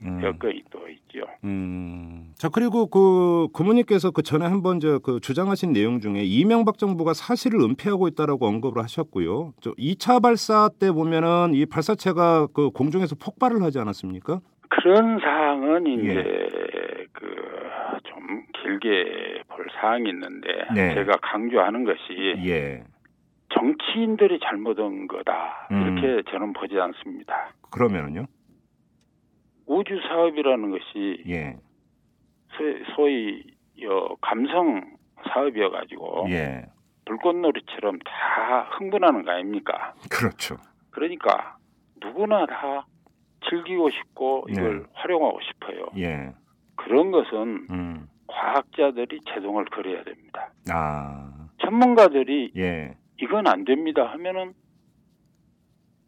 Speaker 2: 음.
Speaker 6: 여건이 또 있죠.
Speaker 2: 음. 자 그리고 그 고모님께서 그 전에 한번 저 그 주장하신 내용 중에 이명박 정부가 사실을 은폐하고 있다라고 언급을 하셨고요. 저 2차 발사 때 보면은 이 발사체가 그 공중에서 폭발을 하지 않았습니까?
Speaker 6: 그런 사항은
Speaker 2: 예.
Speaker 6: 이제 그 좀 길게 볼 사항이 있는데
Speaker 2: 네.
Speaker 6: 제가 강조하는 것이
Speaker 2: 예.
Speaker 6: 정치인들이 잘못한 거다
Speaker 2: 음.
Speaker 6: 이렇게 저는 보지 않습니다.
Speaker 2: 그러면은요?
Speaker 6: 우주 사업이라는 것이
Speaker 2: 예.
Speaker 6: 소위, 소위 여 감성 사업이어 가지고
Speaker 2: 예.
Speaker 6: 불꽃놀이처럼 다 흥분하는 거 아닙니까?
Speaker 2: 그렇죠.
Speaker 6: 그러니까 누구나 다 즐기고 싶고 이걸
Speaker 2: 네.
Speaker 6: 활용하고 싶어요.
Speaker 2: 예.
Speaker 6: 그런 것은
Speaker 2: 음.
Speaker 6: 과학자들이 제동을 걸어야 됩니다.
Speaker 2: 아.
Speaker 6: 전문가들이
Speaker 2: 예.
Speaker 6: 이건 안 됩니다 하면은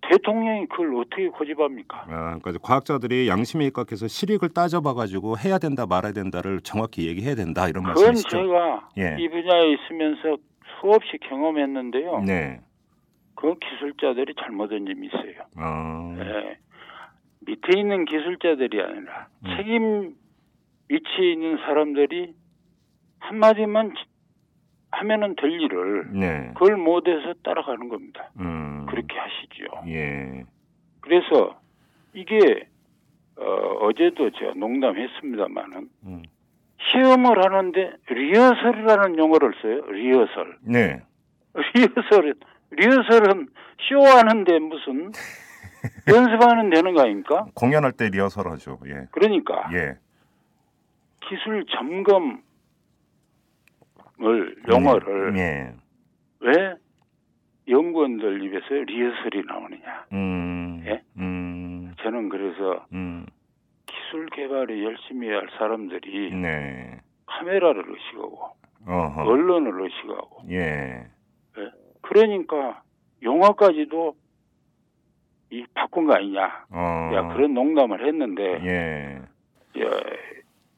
Speaker 6: 대통령이 그걸 어떻게 고집합니까?
Speaker 2: 아, 그러니까 이제 과학자들이 양심에 입각해서 실익을 따져봐가지고 해야 된다 말아야 된다를 정확히 얘기해야 된다 이런
Speaker 6: 그건
Speaker 2: 말씀이시죠?
Speaker 6: 제가
Speaker 2: 예.
Speaker 6: 이 분야에 있으면서 수없이 경험했는데요.
Speaker 2: 네.
Speaker 6: 그건 기술자들이 잘못한 점이 있어요.
Speaker 2: 어,
Speaker 6: 예. 밑에 있는 기술자들이 아니라
Speaker 2: 네.
Speaker 6: 책임 위치에 있는 사람들이 한마디만 지- 하면은 될 일을
Speaker 2: 네.
Speaker 6: 그걸 못해서 따라가는 겁니다.
Speaker 2: 음,
Speaker 6: 그렇게 하시죠.
Speaker 2: 예.
Speaker 6: 그래서 이게 어, 제도제가 농담했습니다마는
Speaker 2: 음.
Speaker 6: 시험을 하는데 리허설이라는 용어를 써요. 리허설.
Speaker 2: 네.
Speaker 6: 리허설은 리허설은 쇼하는데 무슨 연습하는 되는 거 아닙니까?
Speaker 2: 공연할 때 리허설하죠. 예.
Speaker 6: 그러니까
Speaker 2: 예.
Speaker 6: 기술 점검을 용어를
Speaker 2: 예.
Speaker 6: 왜 연구원들 입에서 리허설이 나오느냐?
Speaker 2: 음.
Speaker 6: 예?
Speaker 2: 음.
Speaker 6: 저는 그래서
Speaker 2: 음.
Speaker 6: 기술 개발을 열심히 할 사람들이
Speaker 2: 네.
Speaker 6: 카메라를 의식하고
Speaker 2: 어허.
Speaker 6: 언론을 의식하고
Speaker 2: 예.
Speaker 6: 그러니까 영화까지도 이 바꾼 거 아니냐?
Speaker 2: 어.
Speaker 6: 야 그런 농담을 했는데
Speaker 2: 예.
Speaker 6: 야,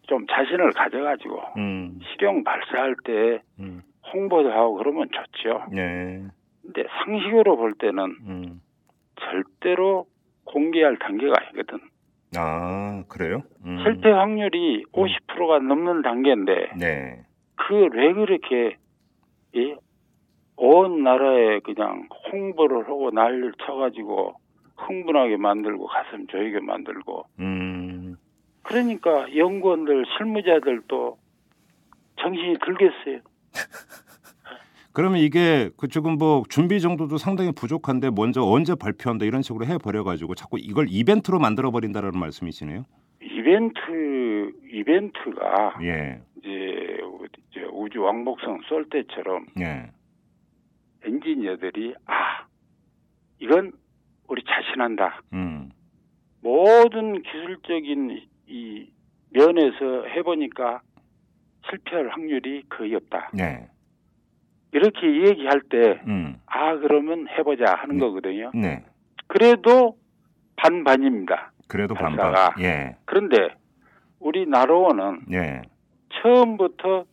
Speaker 6: 좀 자신을 가져가지고
Speaker 2: 음.
Speaker 6: 실용 발사할 때
Speaker 2: 음.
Speaker 6: 홍보도 하고 그러면 좋죠.
Speaker 2: 예.
Speaker 6: 근데 상식으로 볼 때는
Speaker 2: 음.
Speaker 6: 절대로 공개할 단계가 아니거든.
Speaker 2: 아, 그래요? 음.
Speaker 6: 실패 확률이 50%가 넘는 단계인데
Speaker 2: 네.
Speaker 6: 그 왜 그렇게 이 온 나라에 그냥 홍보를 하고 난리를 쳐가지고 흥분하게 만들고 가슴 조이게 만들고
Speaker 2: 음.
Speaker 6: 그러니까 연구원들 실무자들도 정신이 들겠어요.
Speaker 2: 그러면 이게 그 지금 뭐 준비 정도도 상당히 부족한데 먼저 언제 발표한다 이런 식으로 해 버려 가지고 자꾸 이걸 이벤트로 만들어 버린다라는 말씀이시네요.
Speaker 6: 이벤트 이벤트가
Speaker 2: 예.
Speaker 6: 이제 우- 이제 우주 왕복선 쏠 때처럼
Speaker 2: 예.
Speaker 6: 엔지니어들이 아 이건 우리 자신한다
Speaker 2: 음.
Speaker 6: 모든 기술적인 이 면에서 해보니까 실패할 확률이 거의 없다
Speaker 2: 네.
Speaker 6: 이렇게 얘기할
Speaker 2: 음.
Speaker 6: 때 아 그러면 해보자 하는 거거든요
Speaker 2: 네.
Speaker 6: 그래도 반반입니다
Speaker 2: 그래도
Speaker 6: 발사가.
Speaker 2: 반반. 예.
Speaker 6: 그런데 우리 나로원은
Speaker 2: 예.
Speaker 6: 처음부터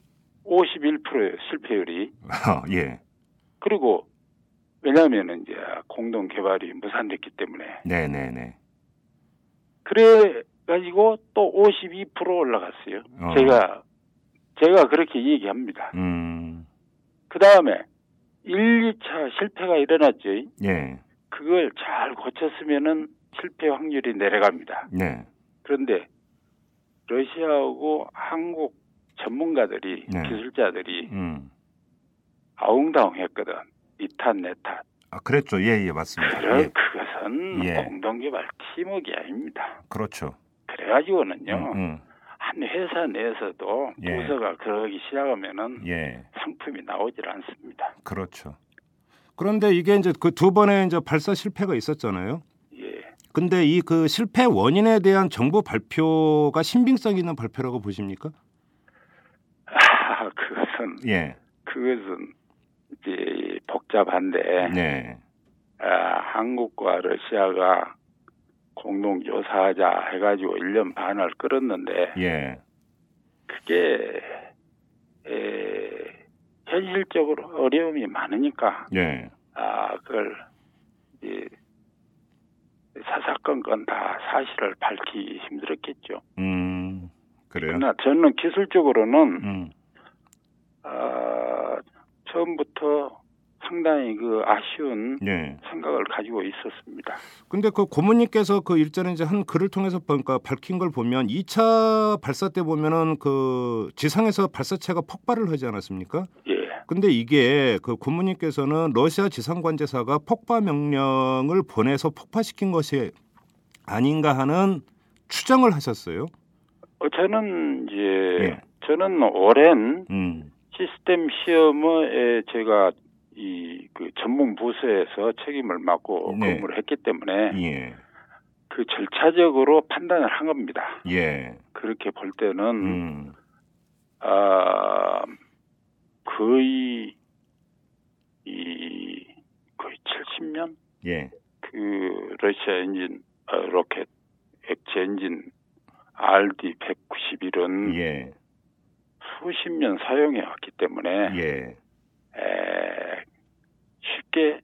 Speaker 6: 51%예요 실패율이
Speaker 2: 어, 예.
Speaker 6: 그리고 왜냐하면 이제 공동 개발이 무산됐기 때문에
Speaker 2: 네, 네, 네.
Speaker 6: 그래 가지고 또 52% 올라갔어요.
Speaker 2: 어.
Speaker 6: 제가 제가 그렇게 얘기합니다.
Speaker 2: 음.
Speaker 6: 그 다음에 1, 2차 실패가 일어났죠.
Speaker 2: 예.
Speaker 6: 그걸 잘 고쳤으면은 실패 확률이 내려갑니다.
Speaker 2: 네.
Speaker 6: 그런데 러시아하고 한국 전문가들이
Speaker 2: 네.
Speaker 6: 기술자들이
Speaker 2: 음.
Speaker 6: 아웅다웅했거든. 이탄 내탄.
Speaker 2: 아, 그랬죠. 예, 예, 맞습니다.
Speaker 6: 그런
Speaker 2: 예.
Speaker 6: 그것은
Speaker 2: 예.
Speaker 6: 공동개발 팀워크 아닙니다.
Speaker 2: 그렇죠.
Speaker 6: 그래가지고는요
Speaker 2: 음,
Speaker 6: 한 회사 내에서도
Speaker 2: 예.
Speaker 6: 부서가 그러기 시작하면은
Speaker 2: 음. 예.
Speaker 6: 상품이 나오질 않습니다.
Speaker 2: 그렇죠. 그런데 이게 이제 그 두 번의 이제 발사 실패가 있었잖아요.
Speaker 6: 예,
Speaker 2: 근데 이 그 실패 원인에 대한 정부 발표가 신빙성 있는 발표라고 보십니까?
Speaker 6: 아, 그것은
Speaker 2: 예.
Speaker 6: 그것은 이제 복잡한데
Speaker 2: 네.
Speaker 6: 아, 한국과 러시아가 공동 조사하자 해가지고 1년 반을 끌었는데
Speaker 2: 예.
Speaker 6: 그게 에, 현실적으로 어려움이 많으니까
Speaker 2: 예.
Speaker 6: 아, 그걸 이 사사건건 다 사실을 밝히기 힘들었겠죠.
Speaker 2: 음. 그래요.
Speaker 6: 그러나 저는 기술적으로는
Speaker 2: 음.
Speaker 6: 아, 처음부터 상당히 그 아쉬운
Speaker 2: 예.
Speaker 6: 생각을 가지고 있었습니다.
Speaker 2: 근데 그 고모님께서 그 일전에 이제 한 글을 통해서 보니까 밝힌 걸 보면 2차 발사 때 보면은 그 지상에서 발사체가 폭발을 하지 않았습니까?
Speaker 6: 예,
Speaker 2: 근데 이게 그 고모님께서는 러시아 지상 관제사가 폭파 명령을 보내서 폭파시킨 것이 아닌가 하는 추정을 하셨어요.
Speaker 6: 어, 저는 이제
Speaker 2: 예.
Speaker 6: 저는 오랜
Speaker 2: 음.
Speaker 6: 시스템 시험에 제가 이 그 전문 부서에서 책임을 맡고
Speaker 2: 네.
Speaker 6: 근무를 했기 때문에
Speaker 2: 예.
Speaker 6: 그 절차적으로 판단을 한 겁니다.
Speaker 2: 예.
Speaker 6: 그렇게 볼 때는
Speaker 2: 음.
Speaker 6: 아, 거의, 이, 거의 70년?
Speaker 2: 예.
Speaker 6: 그 그 러시아 엔진 어, 로켓 액체 엔진 RD 191은
Speaker 2: 예.
Speaker 6: 수십 년 사용해 왔기 때문에
Speaker 2: 예.
Speaker 6: 에, 쉽게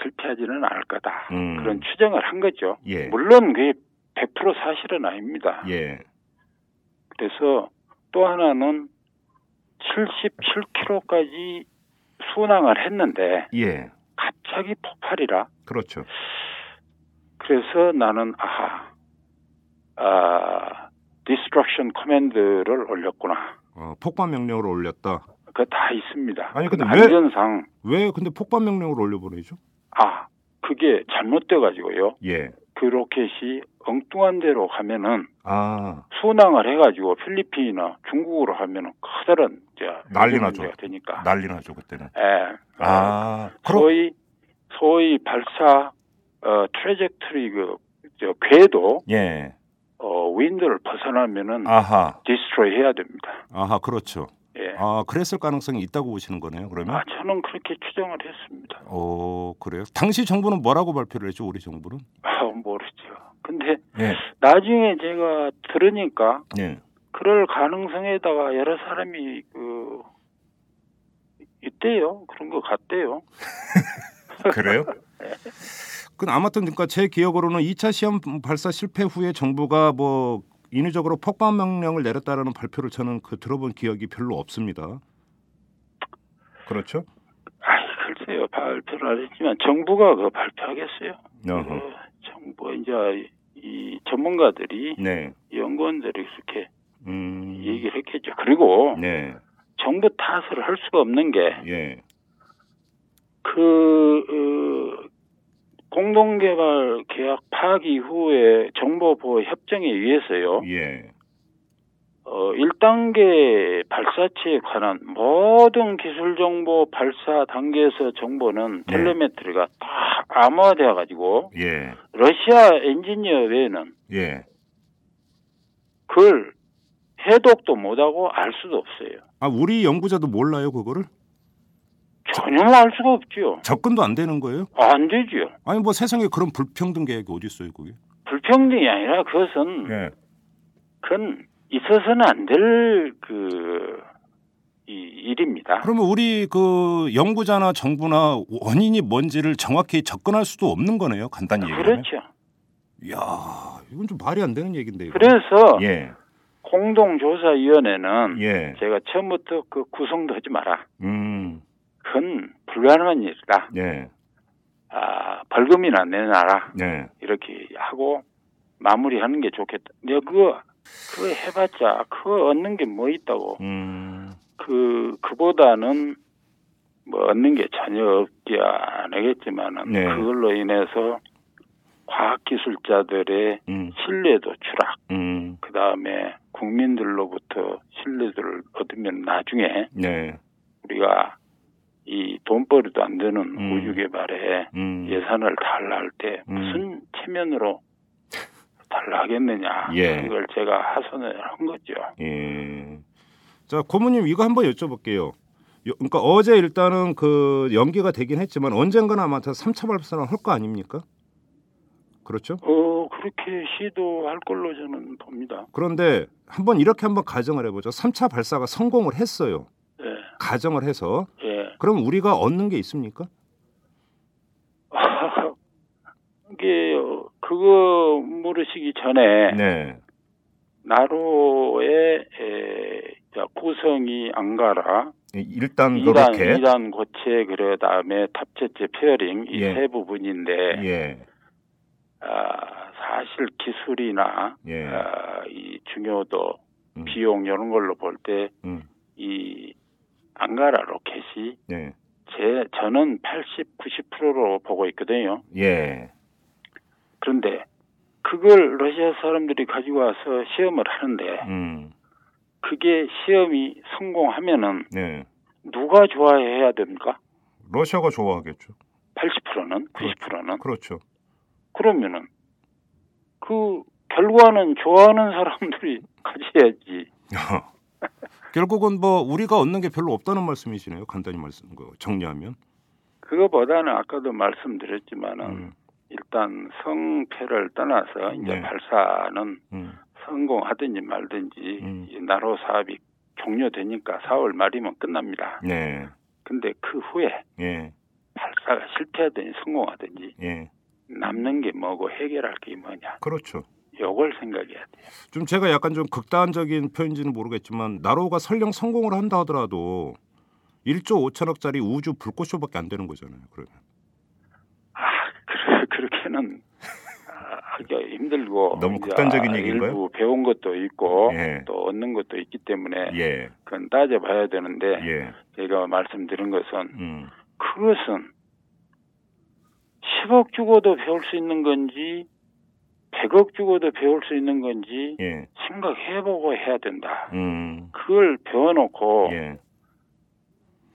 Speaker 6: 실패하지는 않을 거다
Speaker 2: 음.
Speaker 6: 그런 추정을 한 거죠.
Speaker 2: 예.
Speaker 6: 물론 그게 100% 사실은 아닙니다.
Speaker 2: 예.
Speaker 6: 그래서 또 하나는 77km까지 순항을 했는데
Speaker 2: 예.
Speaker 6: 갑자기 폭발이라
Speaker 2: 그렇죠.
Speaker 6: 그래서 나는 아하 아 디스트럭션 커맨드를 올렸구나
Speaker 2: 어, 폭발 명령을 올렸다.
Speaker 6: 그거 다 있습니다
Speaker 2: 아니, 근데 왜-
Speaker 6: 안전상
Speaker 2: 왜 근데 폭발 명령을 올려버리죠?
Speaker 6: 아 그게 잘못돼 가지고요
Speaker 2: 예.
Speaker 6: 그 로켓이 엉뚱한 데로 가면은
Speaker 2: 아,
Speaker 6: 순항을 해가지고 필리핀이나 중국으로 가면은 커다란 이제
Speaker 2: 난리 나죠.
Speaker 6: 문제가 되니까
Speaker 2: 난리 나죠, 그때는.
Speaker 6: 예
Speaker 2: 아, 그럼
Speaker 6: 소위 소위 발사 어 트레젝트리 그저 궤도
Speaker 2: 예.
Speaker 6: 어 윈드를 벗어나면은
Speaker 2: 아하.
Speaker 6: 디스트로이 해야 됩니다.
Speaker 2: 아하, 그렇죠.
Speaker 6: 예.
Speaker 2: 아, 그랬을 가능성이 있다고 보시는 거네요, 그러면?
Speaker 6: 아, 저는 그렇게 추정을 했습니다.
Speaker 2: 오, 그래요? 당시 정부는 뭐라고 발표를 했죠, 우리 정부는?
Speaker 6: 아, 모르죠. 근데
Speaker 2: 예.
Speaker 6: 나중에 제가 들으니까
Speaker 2: 예.
Speaker 6: 그럴 가능성에다가 여러 사람이 그 있대요. 그런 것 같대요.
Speaker 2: 그래요? 그 아무튼 그러니까 제 기억으로는 2차 시험 발사 실패 후에 정부가 뭐 인위적으로 폭발 명령을 내렸다라는 발표를 저는 그 들어본 기억이 별로 없습니다. 그렇죠?
Speaker 6: 아, 글쎄요. 발표를 안 했지만 정부가 그거 발표하겠어요.
Speaker 2: 어허.
Speaker 6: 정부 이제 이 전문가들이
Speaker 2: 네.
Speaker 6: 연구원들이 이렇게
Speaker 2: 음.
Speaker 6: 얘기를 했겠죠. 그리고
Speaker 2: 네.
Speaker 6: 정부 탓을 할 수가 없는 게
Speaker 2: 예.
Speaker 6: 그 공동개발 계약 파기 이후에 정보보호 협정에 의해서요.
Speaker 2: 예.
Speaker 6: 어 1단계 발사체에 관한 모든 기술 정보 발사 단계에서 정보는
Speaker 2: 네.
Speaker 6: 텔레메트리가 다 암호화되어 가지고
Speaker 2: 예.
Speaker 6: 러시아 엔지니어 외에는
Speaker 2: 예.
Speaker 6: 그걸 해독도 못하고 알 수도 없어요.
Speaker 2: 아, 우리 연구자도 몰라요, 그거를?
Speaker 6: 전혀 알 수가 없지요.
Speaker 2: 접근도 안 되는 거예요?
Speaker 6: 안 되지요.
Speaker 2: 아니, 뭐 세상에 그런 불평등 계획이 어디 있어요, 그게?
Speaker 6: 불평등이 아니라 그것은
Speaker 2: 예.
Speaker 6: 그건 있어서는 안 될 그 일입니다.
Speaker 2: 그러면 우리 그 연구자나 정부나 원인이 뭔지를 정확히 접근할 수도 없는 거네요. 간단히 얘기하면.
Speaker 6: 그렇죠.
Speaker 2: 야, 이건 좀 말이 안 되는 얘긴데. 이거.
Speaker 6: 그래서
Speaker 2: 예.
Speaker 6: 공동조사위원회는
Speaker 2: 예.
Speaker 6: 제가 처음부터 그 구성도 하지 마라.
Speaker 2: 음.
Speaker 6: 그건 불가능한 일이다.
Speaker 2: 예.
Speaker 6: 아, 벌금이나 내놔라.
Speaker 2: 예.
Speaker 6: 이렇게 하고 마무리하는 게 좋겠다. 내가 그거, 그거 해봤자 그거 얻는 게 뭐 있다고.
Speaker 2: 음.
Speaker 6: 그, 그보다는 뭐 얻는 게 전혀 없지 않겠지만은
Speaker 2: 네.
Speaker 6: 그걸로 인해서 과학기술자들의
Speaker 2: 음.
Speaker 6: 신뢰도 추락,
Speaker 2: 음.
Speaker 6: 그 다음에 국민들로부터 신뢰를 얻으면 나중에
Speaker 2: 네.
Speaker 6: 우리가 이 돈벌이도 안 되는
Speaker 2: 음.
Speaker 6: 우주 개발에
Speaker 2: 음.
Speaker 6: 예산을 달라할 때
Speaker 2: 음.
Speaker 6: 무슨 체면으로 달라하겠느냐
Speaker 2: 예.
Speaker 6: 그걸 제가 하선을 한 거죠.
Speaker 2: 예. 자, 고모님 이거 한번 여쭤볼게요. 요- 그러니까 어제 일단은 그 연기가 되긴 했지만 언젠가는 아마 다 3차 발사를 할 거 아닙니까? 그렇죠?
Speaker 6: 어 그렇게 시도할 걸로 저는 봅니다.
Speaker 2: 그런데 한번 이렇게 한번 가정을 해보죠. 3차 발사가 성공을 했어요.
Speaker 6: 예.
Speaker 2: 가정을 해서
Speaker 6: 예.
Speaker 2: 그럼 우리가 얻는 게 있습니까?
Speaker 6: 이게 어, 그거 물으시기 전에
Speaker 2: 네.
Speaker 6: 나로의 에, 자, 구성이 안가라
Speaker 2: 일단
Speaker 6: 이단
Speaker 2: 음, 그렇게
Speaker 6: 이단 고체 그 다음에 탑재체 페어링 이
Speaker 2: 예.
Speaker 6: 세 부분인데
Speaker 2: 예.
Speaker 6: 아, 사실 기술이나
Speaker 2: 예.
Speaker 6: 아, 이 중요도
Speaker 2: 음.
Speaker 6: 비용 이런 걸로 볼 때 이
Speaker 2: 음.
Speaker 6: 안가라 로켓이
Speaker 2: 네.
Speaker 6: 제 저는 80, 90%로 보고 있거든요.
Speaker 2: 예.
Speaker 6: 그런데 그걸 러시아 사람들이 가지고 와서 시험을 하는데
Speaker 2: 음.
Speaker 6: 그게 시험이 성공하면은
Speaker 2: 네.
Speaker 6: 누가 좋아해야 됩니까?
Speaker 2: 러시아가 좋아하겠죠.
Speaker 6: 80%는 90%는
Speaker 2: 그렇죠.
Speaker 6: 그러면은 그 결과는 좋아하는 사람들이 가져야지.
Speaker 2: 결국은 뭐 우리가 얻는 게 별로 없다는 말씀이시네요. 간단히 말씀 그 정리하면.
Speaker 6: 그거보다는 아까도 말씀드렸지만은
Speaker 2: 음.
Speaker 6: 일단 성패를 떠나서 이제
Speaker 2: 네.
Speaker 6: 발사는
Speaker 2: 음.
Speaker 6: 성공하든지 말든지
Speaker 2: 음.
Speaker 6: 이 나로 사업이 종료되니까 4월 말이면 끝납니다.
Speaker 2: 네.
Speaker 6: 근데 그 후에
Speaker 2: 예.
Speaker 6: 발사가 실패하든지 성공하든지
Speaker 2: 예.
Speaker 6: 남는 게 뭐고 해결할 게 뭐냐.
Speaker 2: 그렇죠.
Speaker 6: 요걸 생각해야 돼요.
Speaker 2: 좀 제가 약간 좀 극단적인 표현인지는 모르겠지만 나로가 설령 성공을 한다 하더라도 1조 5천억짜리 우주 불꽃쇼밖에 안 되는 거잖아요. 그러면.
Speaker 6: 아, 그래, 그렇게는 아, 하기가 힘들고
Speaker 2: 너무
Speaker 6: 이제 아,
Speaker 2: 극단적인 얘기인가요?
Speaker 6: 일부 배운 것도 있고
Speaker 2: 예.
Speaker 6: 또 얻는 것도 있기 때문에
Speaker 2: 예.
Speaker 6: 그건 따져봐야 되는데
Speaker 2: 예.
Speaker 6: 제가 말씀드린 것은
Speaker 2: 음.
Speaker 6: 그것은 10억 주고도 배울 수 있는 건지 100억 주고도 배울 수 있는 건지
Speaker 2: 예.
Speaker 6: 생각해보고 해야 된다.
Speaker 2: 음.
Speaker 6: 그걸 배워놓고
Speaker 2: 예.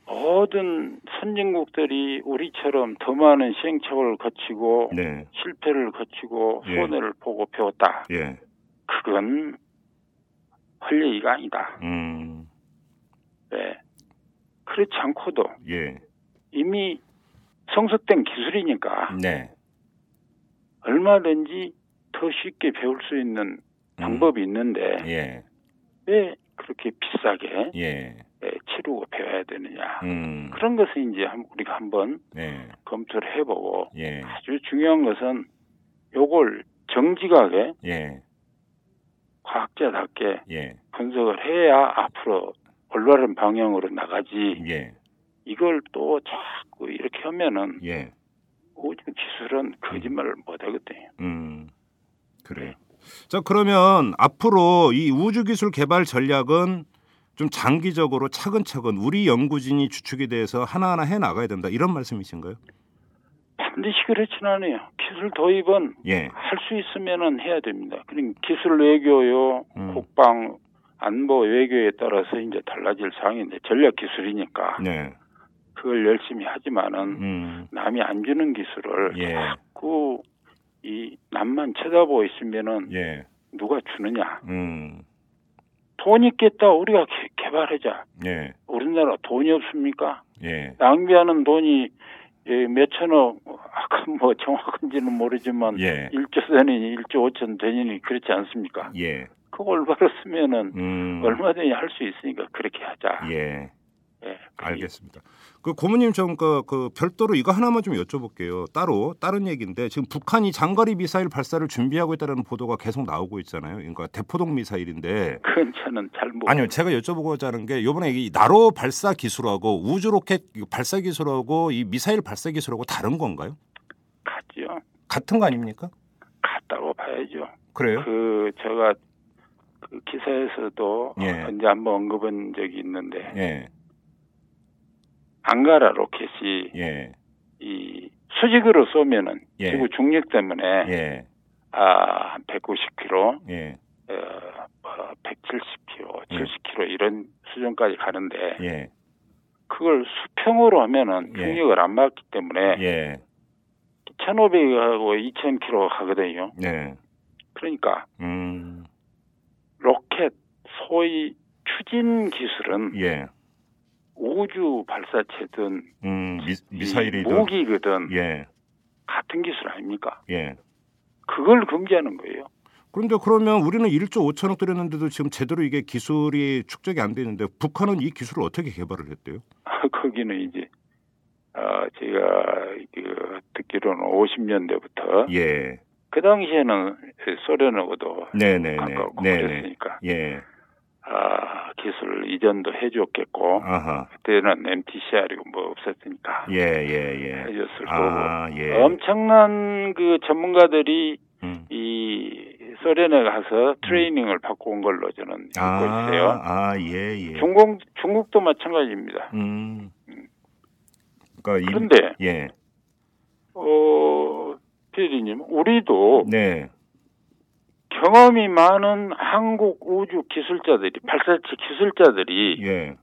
Speaker 6: 모든 선진국들이 우리처럼 더 많은 시행착오를 거치고
Speaker 2: 네.
Speaker 6: 실패를 거치고
Speaker 2: 예.
Speaker 6: 손해를 보고 배웠다.
Speaker 2: 예.
Speaker 6: 그건 할 얘기가 아니다.
Speaker 2: 음.
Speaker 6: 예. 그렇지 않고도
Speaker 2: 예.
Speaker 6: 이미 성숙된 기술이니까
Speaker 2: 네.
Speaker 6: 얼마든지 더 쉽게 배울 수 있는 방법이 있는데
Speaker 2: 음. 예.
Speaker 6: 왜 그렇게 비싸게
Speaker 2: 예.
Speaker 6: 예, 치르고 배워야 되느냐.
Speaker 2: 음.
Speaker 6: 그런 것을 이제 한- 우리가 한번
Speaker 2: 네.
Speaker 6: 검토를 해보고
Speaker 2: 예.
Speaker 6: 아주 중요한 것은 요걸 정직하게
Speaker 2: 예.
Speaker 6: 과학자답게
Speaker 2: 예.
Speaker 6: 분석을 해야 앞으로 올바른 방향으로 나가지
Speaker 2: 예.
Speaker 6: 이걸 또 자꾸 이렇게 하면은
Speaker 2: 예.
Speaker 6: 오직 기술은 거짓말을 못하거든요.
Speaker 2: 음. 그래요. 자, 그러면 앞으로 이 우주 기술 개발 전략은 좀 장기적으로 차근차근 우리 연구진이 주축이 돼서 하나하나 해 나가야 된다. 이런 말씀이신가요?
Speaker 6: 반드시 그렇진 않아요. 기술 도입은
Speaker 2: 예.
Speaker 6: 할 수 있으면은 해야 됩니다. 그러니까 기술 외교요,
Speaker 2: 음.
Speaker 6: 국방, 안보 외교에 따라서 이제 달라질 사항인데 전략 기술이니까
Speaker 2: 네.
Speaker 6: 그걸 열심히 하지만은
Speaker 2: 음.
Speaker 6: 남이 안 주는 기술을
Speaker 2: 예.
Speaker 6: 자꾸 이 남만 쳐다보고 있으면은
Speaker 2: 예.
Speaker 6: 누가 주느냐?
Speaker 2: 음.
Speaker 6: 돈 있겠다 우리가 개, 개발하자.
Speaker 2: 예.
Speaker 6: 우리나라 돈이 없습니까?
Speaker 2: 예.
Speaker 6: 낭비하는 돈이 예, 몇천억, 아까 뭐 정확한지는 모르지만
Speaker 2: 예.
Speaker 6: 1조 단위, 1조 5천 단위니 그렇지 않습니까?
Speaker 2: 예.
Speaker 6: 그거 올바로 쓰면은
Speaker 2: 음.
Speaker 6: 얼마든지 할 수 있으니까 그렇게 하자.
Speaker 2: 예.
Speaker 6: 예, 그게
Speaker 2: 알겠습니다. 그 고모님 좀그 그 별도로 이거 하나만 좀 여쭤볼게요. 따로 다른 얘기인데 지금 북한이 장거리 미사일 발사를 준비하고 있다는 보도가 계속 나오고 있잖아요. 그러니까 대포동 미사일인데
Speaker 6: 그건 저는 잘 모르.
Speaker 2: 아니요, 제가 여쭤보고자 하는 게 이번에 이 나로 발사 기술하고 우주 로켓 발사 기술하고 이 미사일 발사 기술하고 다른 건가요?
Speaker 6: 갔죠.
Speaker 2: 같은 거 아닙니까?
Speaker 6: 갔다고 봐야죠.
Speaker 2: 그래요?
Speaker 6: 그 제가 그 기사에서도
Speaker 2: 예.
Speaker 6: 언제 한번 언급한 적이 있는데
Speaker 2: 예,
Speaker 6: 앙가라 로켓이
Speaker 2: 예,
Speaker 6: 이 수직으로 쏘면은
Speaker 2: 예.
Speaker 6: 지구 중력 때문에
Speaker 2: 예,
Speaker 6: 아, 한 190km,
Speaker 2: 예,
Speaker 6: 어, 뭐 170km,
Speaker 2: 예.
Speaker 6: 70km 이런 수준까지 가는데
Speaker 2: 예,
Speaker 6: 그걸 수평으로 하면은
Speaker 2: 예.
Speaker 6: 중력을 안 받기 때문에
Speaker 2: 예,
Speaker 6: 1,500하고 2,000km 가거든요.
Speaker 2: 네,
Speaker 6: 그러니까
Speaker 2: 음,
Speaker 6: 로켓 소위 추진 기술은
Speaker 2: 예,
Speaker 6: 우주 발사체든
Speaker 2: 음, 미,
Speaker 6: 이
Speaker 2: 미사일이든
Speaker 6: 무기거든
Speaker 2: 예,
Speaker 6: 같은 기술 아닙니까?
Speaker 2: 예.
Speaker 6: 그걸 금지하는 거예요.
Speaker 2: 그런데 그러면 우리는 1조 5천억 들였는데도 지금 제대로 이게 기술이 축적이 안 돼 있는데 북한은 이 기술을 어떻게 개발을 했대요?
Speaker 6: 거기는 이제 아 제가 그 듣기로는 50년대부터
Speaker 2: 예,
Speaker 6: 그 당시에는 소련하고도
Speaker 2: 네, 네, 네,
Speaker 6: 가까웠고 뭐
Speaker 2: 네, 네,
Speaker 6: 그랬으니까
Speaker 2: 예,
Speaker 6: 아 기술 이전도 해줬겠고
Speaker 2: 아하,
Speaker 6: 그때는 MTCR이고 뭐 없었으니까
Speaker 2: 예, 예, 예.
Speaker 6: 해줬을 거고
Speaker 2: 아, 예.
Speaker 6: 엄청난 그 전문가들이
Speaker 2: 음.
Speaker 6: 이 소련에 가서 트레이닝을 받고 온 걸로 저는
Speaker 2: 아,
Speaker 6: 알고 있어요.
Speaker 2: 아, 예, 예.
Speaker 6: 중국 중국도 마찬가지입니다.
Speaker 2: 음. 그러니까 이-
Speaker 6: 그런데
Speaker 2: 예.
Speaker 6: 어 피디님 우리도
Speaker 2: 네.
Speaker 6: 경험이 많은 한국 우주 기술자들이 발사체 기술자들이
Speaker 2: 예.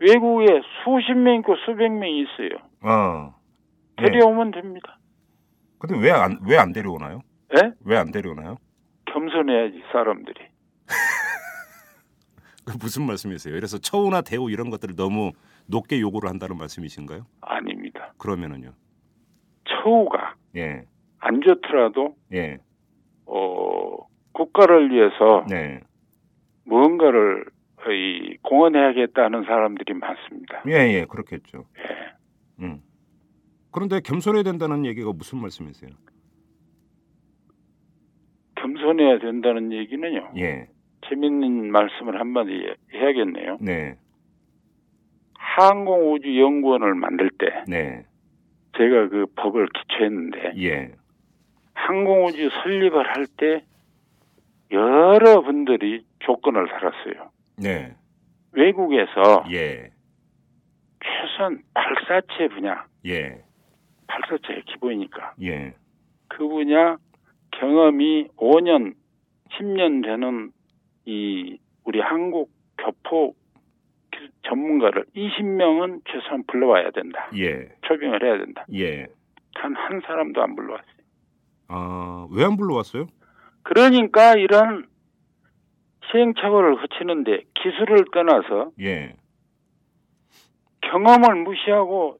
Speaker 6: 외국에 수십 명 있고 수백 명이 있어요.
Speaker 2: 어. 예.
Speaker 6: 데려오면 됩니다.
Speaker 2: 근데 왜 안 왜 안 데려오나요?
Speaker 6: 예?
Speaker 2: 왜 안 데려오나요?
Speaker 6: 겸손해야지 사람들이.
Speaker 2: 그 무슨 말씀이세요? 그래서 처우나 대우 이런 것들을 너무 높게 요구를 한다는 말씀이신가요?
Speaker 6: 아닙니다.
Speaker 2: 그러면은요.
Speaker 6: 처우가
Speaker 2: 예.
Speaker 6: 안 좋더라도
Speaker 2: 예.
Speaker 6: 어 국가를 위해서
Speaker 2: 네.
Speaker 6: 무언가를 이 공헌해야겠다는 사람들이 많습니다.
Speaker 2: 예, 예, 그렇겠죠. 음. 그런데 겸손해야 된다는 얘기가 무슨 말씀이세요?
Speaker 6: 겸손해야 된다는 얘기는요.
Speaker 2: 예.
Speaker 6: 재밌는 말씀을 한마디 해- 해야겠네요.
Speaker 2: 네.
Speaker 6: 항공우주연구원을 만들 때
Speaker 2: 네.
Speaker 6: 제가 그 법을 기초했는데
Speaker 2: 예.
Speaker 6: 항공우주 설립을 할 때 여러분들이 조건을 달았어요.
Speaker 2: 네.
Speaker 6: 외국에서
Speaker 2: 예.
Speaker 6: 최소한 발사체 분야,
Speaker 2: 예.
Speaker 6: 발사체의 기본이니까
Speaker 2: 예.
Speaker 6: 그 분야 경험이 5년, 10년 되는 이 우리 한국 교포 기- 전문가를 20명은 최소한 불러와야 된다.
Speaker 2: 예.
Speaker 6: 초빙을 해야 된다.
Speaker 2: 예.
Speaker 6: 단 한 사람도 안 불러왔어요.
Speaker 2: 아, 왜 안 불러왔어요?
Speaker 6: 그러니까 이런 시행착오를 거치는데 기술을 떠나서
Speaker 2: 예.
Speaker 6: 경험을 무시하고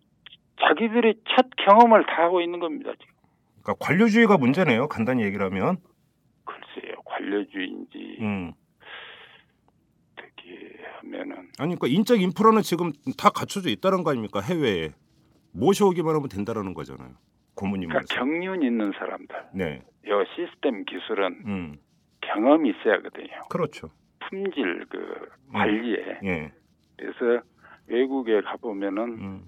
Speaker 6: 자기들이 첫 경험을 다 하고 있는 겁니다. 지금.
Speaker 2: 그러니까 관료주의가 문제네요. 간단히 얘기를 하면.
Speaker 6: 글쎄요, 관료주의인지
Speaker 2: 음.
Speaker 6: 어떻게 하면은
Speaker 2: 아니 그러니까 인적 인프라는 지금 다 갖춰져 있다는 거 아닙니까? 해외에. 모셔오기만 하면 된다라는 거잖아요. 고모님
Speaker 6: 그러니까
Speaker 2: 말씀.
Speaker 6: 경륜 있는 사람들,
Speaker 2: 네.
Speaker 6: 요 시스템 기술은
Speaker 2: 음.
Speaker 6: 경험이 있어야 거든요.
Speaker 2: 그렇죠.
Speaker 6: 품질 그
Speaker 2: 음.
Speaker 6: 관리에
Speaker 2: 예.
Speaker 6: 그래서 외국에 가보면은
Speaker 2: 음.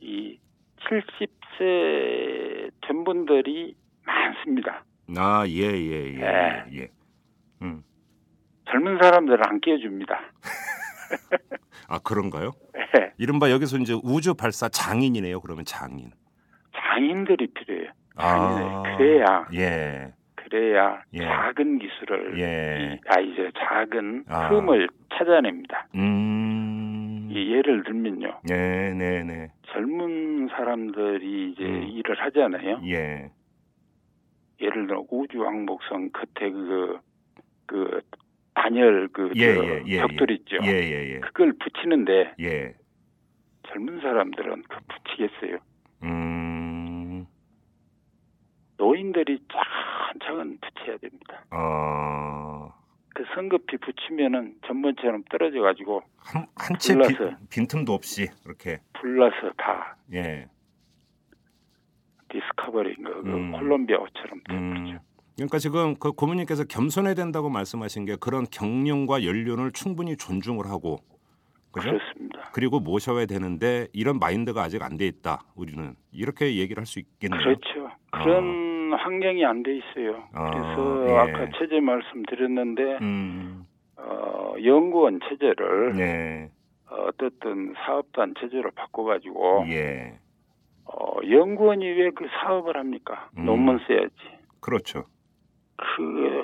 Speaker 6: 이 70세 된 분들이 많습니다.
Speaker 2: 아, 예, 예, 예.
Speaker 6: 예.
Speaker 2: 예. 예. 음.
Speaker 6: 젊은 사람들을 안 끼워줍니다.
Speaker 2: 아, 그런가요?
Speaker 6: 예,
Speaker 2: 이른바 여기서 이제 우주 발사 장인이네요. 그러면 장인.
Speaker 6: 장인들이 필요해요.
Speaker 2: 아.
Speaker 6: 장인들이 그래야
Speaker 2: 예.
Speaker 6: 그래야
Speaker 2: 예.
Speaker 6: 작은 기술을
Speaker 2: 예.
Speaker 6: 아 이제 작은
Speaker 2: 아.
Speaker 6: 흠을 찾아냅니다.
Speaker 2: 음.
Speaker 6: 이 예를 들면요,
Speaker 2: 네, 네, 네.
Speaker 6: 젊은 사람들이 이제
Speaker 2: 음.
Speaker 6: 일을 하잖아요.
Speaker 2: 예.
Speaker 6: 예를 들어 우주 왕복선 끝에 그, 그 단열 그
Speaker 2: 예,
Speaker 6: 저
Speaker 2: 예, 예,
Speaker 6: 벽돌 있죠.
Speaker 2: 예, 예,
Speaker 6: 그걸 붙이는데
Speaker 2: 예. 예.
Speaker 6: 젊은 사람들은 그 붙이겠어요.
Speaker 2: 음.
Speaker 6: 노인들이 차근차근 붙여야 됩니다.
Speaker 2: 어.
Speaker 6: 그 성급히 붙이면은 전번처럼 떨어져 가지고
Speaker 2: 한 한치
Speaker 6: 골라서.
Speaker 2: 빈- 빈틈도 없이 이렇게.
Speaker 6: 불나서 다
Speaker 2: 예.
Speaker 6: 디스커버리 그, 그
Speaker 2: 음.
Speaker 6: 콜롬비아처럼 되죠.
Speaker 2: 음. 그러니까 지금 그 고모님께서 겸손해야 된다고 말씀하신 게 그런 경륜과 연륜을 충분히 존중을 하고 그죠?
Speaker 6: 그렇습니다.
Speaker 2: 그리고 모셔야 되는데 이런 마인드가 아직 안 돼 있다. 우리는 이렇게 얘기를 할 수 있겠네요.
Speaker 6: 그렇죠. 그런 환경이 안 돼 있어요.
Speaker 2: 아,
Speaker 6: 그래서
Speaker 2: 예.
Speaker 6: 아까 체제 말씀드렸는데
Speaker 2: 음.
Speaker 6: 어, 연구원 체제를
Speaker 2: 네.
Speaker 6: 어, 어떻든 사업단 체제로 바꿔가지고
Speaker 2: 예.
Speaker 6: 어, 연구원이 왜 그 사업을 합니까?
Speaker 2: 음.
Speaker 6: 논문 써야지.
Speaker 2: 그렇죠.
Speaker 6: 그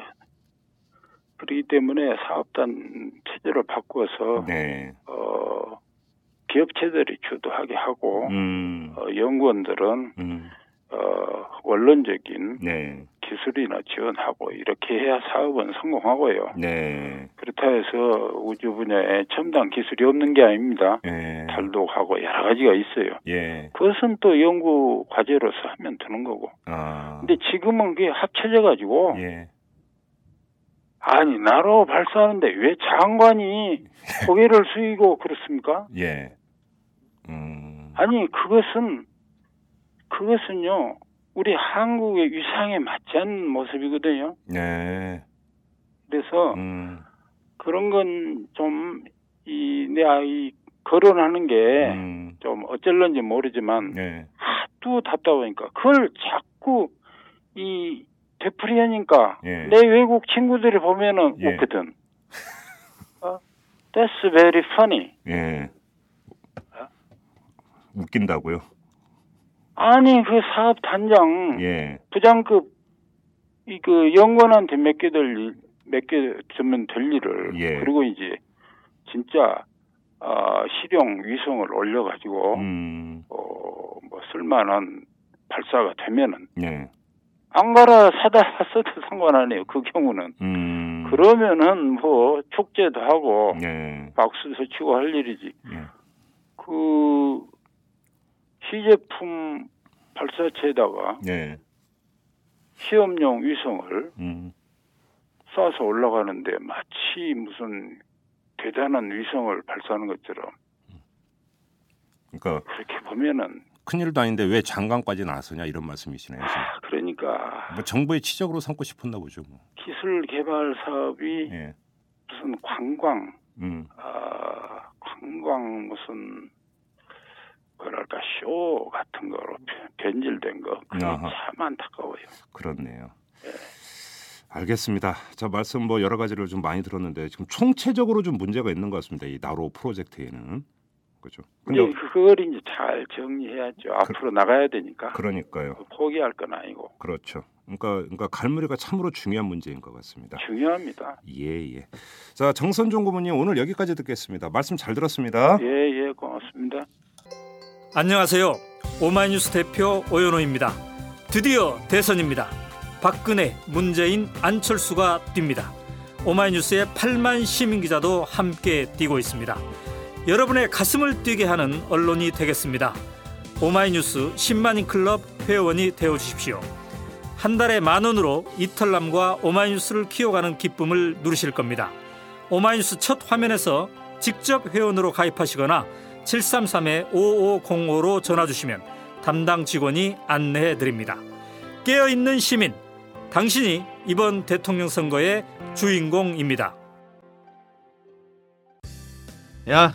Speaker 6: 그렇기 때문에 사업단 체제로 바꿔서
Speaker 2: 네.
Speaker 6: 어, 기업체들이 주도하게 하고
Speaker 2: 음.
Speaker 6: 어, 연구원들은
Speaker 2: 음.
Speaker 6: 어, 원론적인
Speaker 2: 네.
Speaker 6: 기술이나 지원하고 이렇게 해야 사업은 성공하고요.
Speaker 2: 네.
Speaker 6: 그렇다 해서 우주 분야에 첨단 기술이 없는 게 아닙니다.
Speaker 2: 예.
Speaker 6: 탈독하고 여러 가지가 있어요.
Speaker 2: 예.
Speaker 6: 그것은 또 연구 과제로서 하면 되는 거고.
Speaker 2: 아.
Speaker 6: 근데 지금은 그게 합쳐져 가지고
Speaker 2: 예.
Speaker 6: 아니 나로 발사하는데 왜 장관이 고개를 숙이고 그렇습니까?
Speaker 2: 예. 음.
Speaker 6: 아니 그것은 그것은요 우리 한국의 위상에 맞지 않는 모습이거든요.
Speaker 2: 네.
Speaker 6: 그래서
Speaker 2: 음.
Speaker 6: 그런 건 좀 이 내가 이 거론하는 게 좀
Speaker 2: 음.
Speaker 6: 어쩔런지 모르지만
Speaker 2: 예.
Speaker 6: 또 답답하니까 그걸 자꾸 이 되풀이하니까
Speaker 2: 예.
Speaker 6: 내 외국 친구들이 보면은
Speaker 2: 예.
Speaker 6: 웃거든. 어? That's very funny.
Speaker 2: 예. 웃긴다고요?
Speaker 6: 아니 그 사업 단장
Speaker 2: 예.
Speaker 6: 부장급 이 그 연구원한테 몇개될몇개 주면 될 일을
Speaker 2: 예.
Speaker 6: 그리고 이제 진짜 아 실용 위성을 올려가지고
Speaker 2: 음.
Speaker 6: 어뭐 쓸만한 발사가 되면은
Speaker 2: 예.
Speaker 6: 안가라 사다 써도 상관 안 해요. 그 경우는.
Speaker 2: 음.
Speaker 6: 그러면은 뭐 축제도 하고
Speaker 2: 예.
Speaker 6: 박수도 치고 할 일이지.
Speaker 2: 예.
Speaker 6: 그 시제품 발사체에다가
Speaker 2: 예.
Speaker 6: 시험용 위성을
Speaker 2: 음.
Speaker 6: 쏴서 올라가는데 마치 무슨 대단한 위성을 발사하는 것처럼
Speaker 2: 그러니까
Speaker 6: 그렇게 보면은
Speaker 2: 큰일도 아닌데 왜 장관까지 나서냐 이런 말씀이시네요. 지금.
Speaker 6: 아, 그러니까
Speaker 2: 뭐 정부의 치적으로 삼고 싶었나 보죠. 뭐.
Speaker 6: 기술 개발 사업이
Speaker 2: 예.
Speaker 6: 무슨 관광
Speaker 2: 음.
Speaker 6: 아, 관광 무슨 뭐랄까 쇼 같은 거로 변- 변질된 거 그게
Speaker 2: 아하.
Speaker 6: 참 안타까워요.
Speaker 2: 그렇네요. 알겠습니다. 자 말씀 뭐 여러 가지를 좀 많이 들었는데 지금 총체적으로 좀 문제가 있는 것 같습니다. 이 나로 프로젝트에는 그렇죠. 근데 그
Speaker 6: 근데 그걸 이제 잘 정리해야죠. 앞으로 나가야 되니까
Speaker 2: 그러니까요.
Speaker 6: 포기할 건 아니고
Speaker 2: 그렇죠. 그러니까 그러니까 갈무리가 참으로 중요한 문제인 것 같습니다.
Speaker 6: 중요합니다.
Speaker 2: 예 예. 자 정선종 고문님 오늘 여기까지 듣겠습니다. 말씀 잘 들었습니다.
Speaker 6: 예, 예, 고맙습니다.
Speaker 7: 안녕하세요. 오마이뉴스 대표 오연호입니다. 드디어 대선입니다. 박근혜, 문재인, 안철수가 뜁니다. 오마이뉴스의 8만 시민 기자도 함께 뛰고 있습니다. 여러분의 가슴을 뛰게 하는 언론이 되겠습니다. 오마이뉴스 10만인 클럽 회원이 되어 주십시오. 한 달에 만 원으로 이털남과 오마이뉴스를 키워가는 기쁨을 누리실 겁니다. 오마이뉴스 첫 화면에서 직접 회원으로 가입하시거나 733-5505로 전화 주시면 담당 직원이 안내해 드립니다. 깨어 있는 시민, 당신이 이번 대통령 선거의 주인공입니다.
Speaker 8: 야,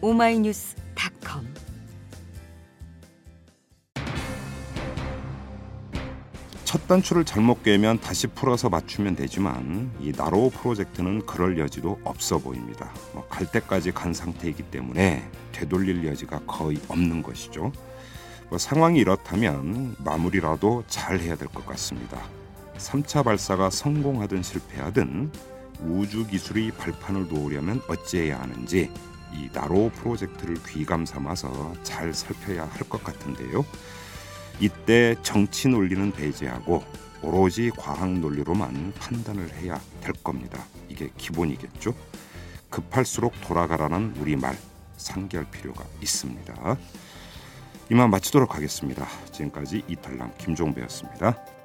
Speaker 9: 오마이뉴스닷컴.
Speaker 2: 첫 단추를 잘못 깨면 다시 풀어서 맞추면 되지만 이 나로 프로젝트는 그럴 여지도 없어 보입니다. 뭐 갈 때까지 간 상태이기 때문에 되돌릴 여지가 거의 없는 것이죠. 뭐 상황이 이렇다면 마무리라도 잘 해야 될 것 같습니다. 3차 발사가 성공하든 실패하든 우주 기술이 발판을 놓으려면 어찌해야 하는지 이 나로 프로젝트를 귀감 삼아서 잘 살펴야 할 것 같은데요. 이때 정치 논리는 배제하고 오로지 과학 논리로만 판단을 해야 될 겁니다. 이게 기본이겠죠. 급할수록 돌아가라는 우리 말 상기할 필요가 있습니다. 이만 마치도록 하겠습니다. 지금까지 이탈남 김종배였습니다.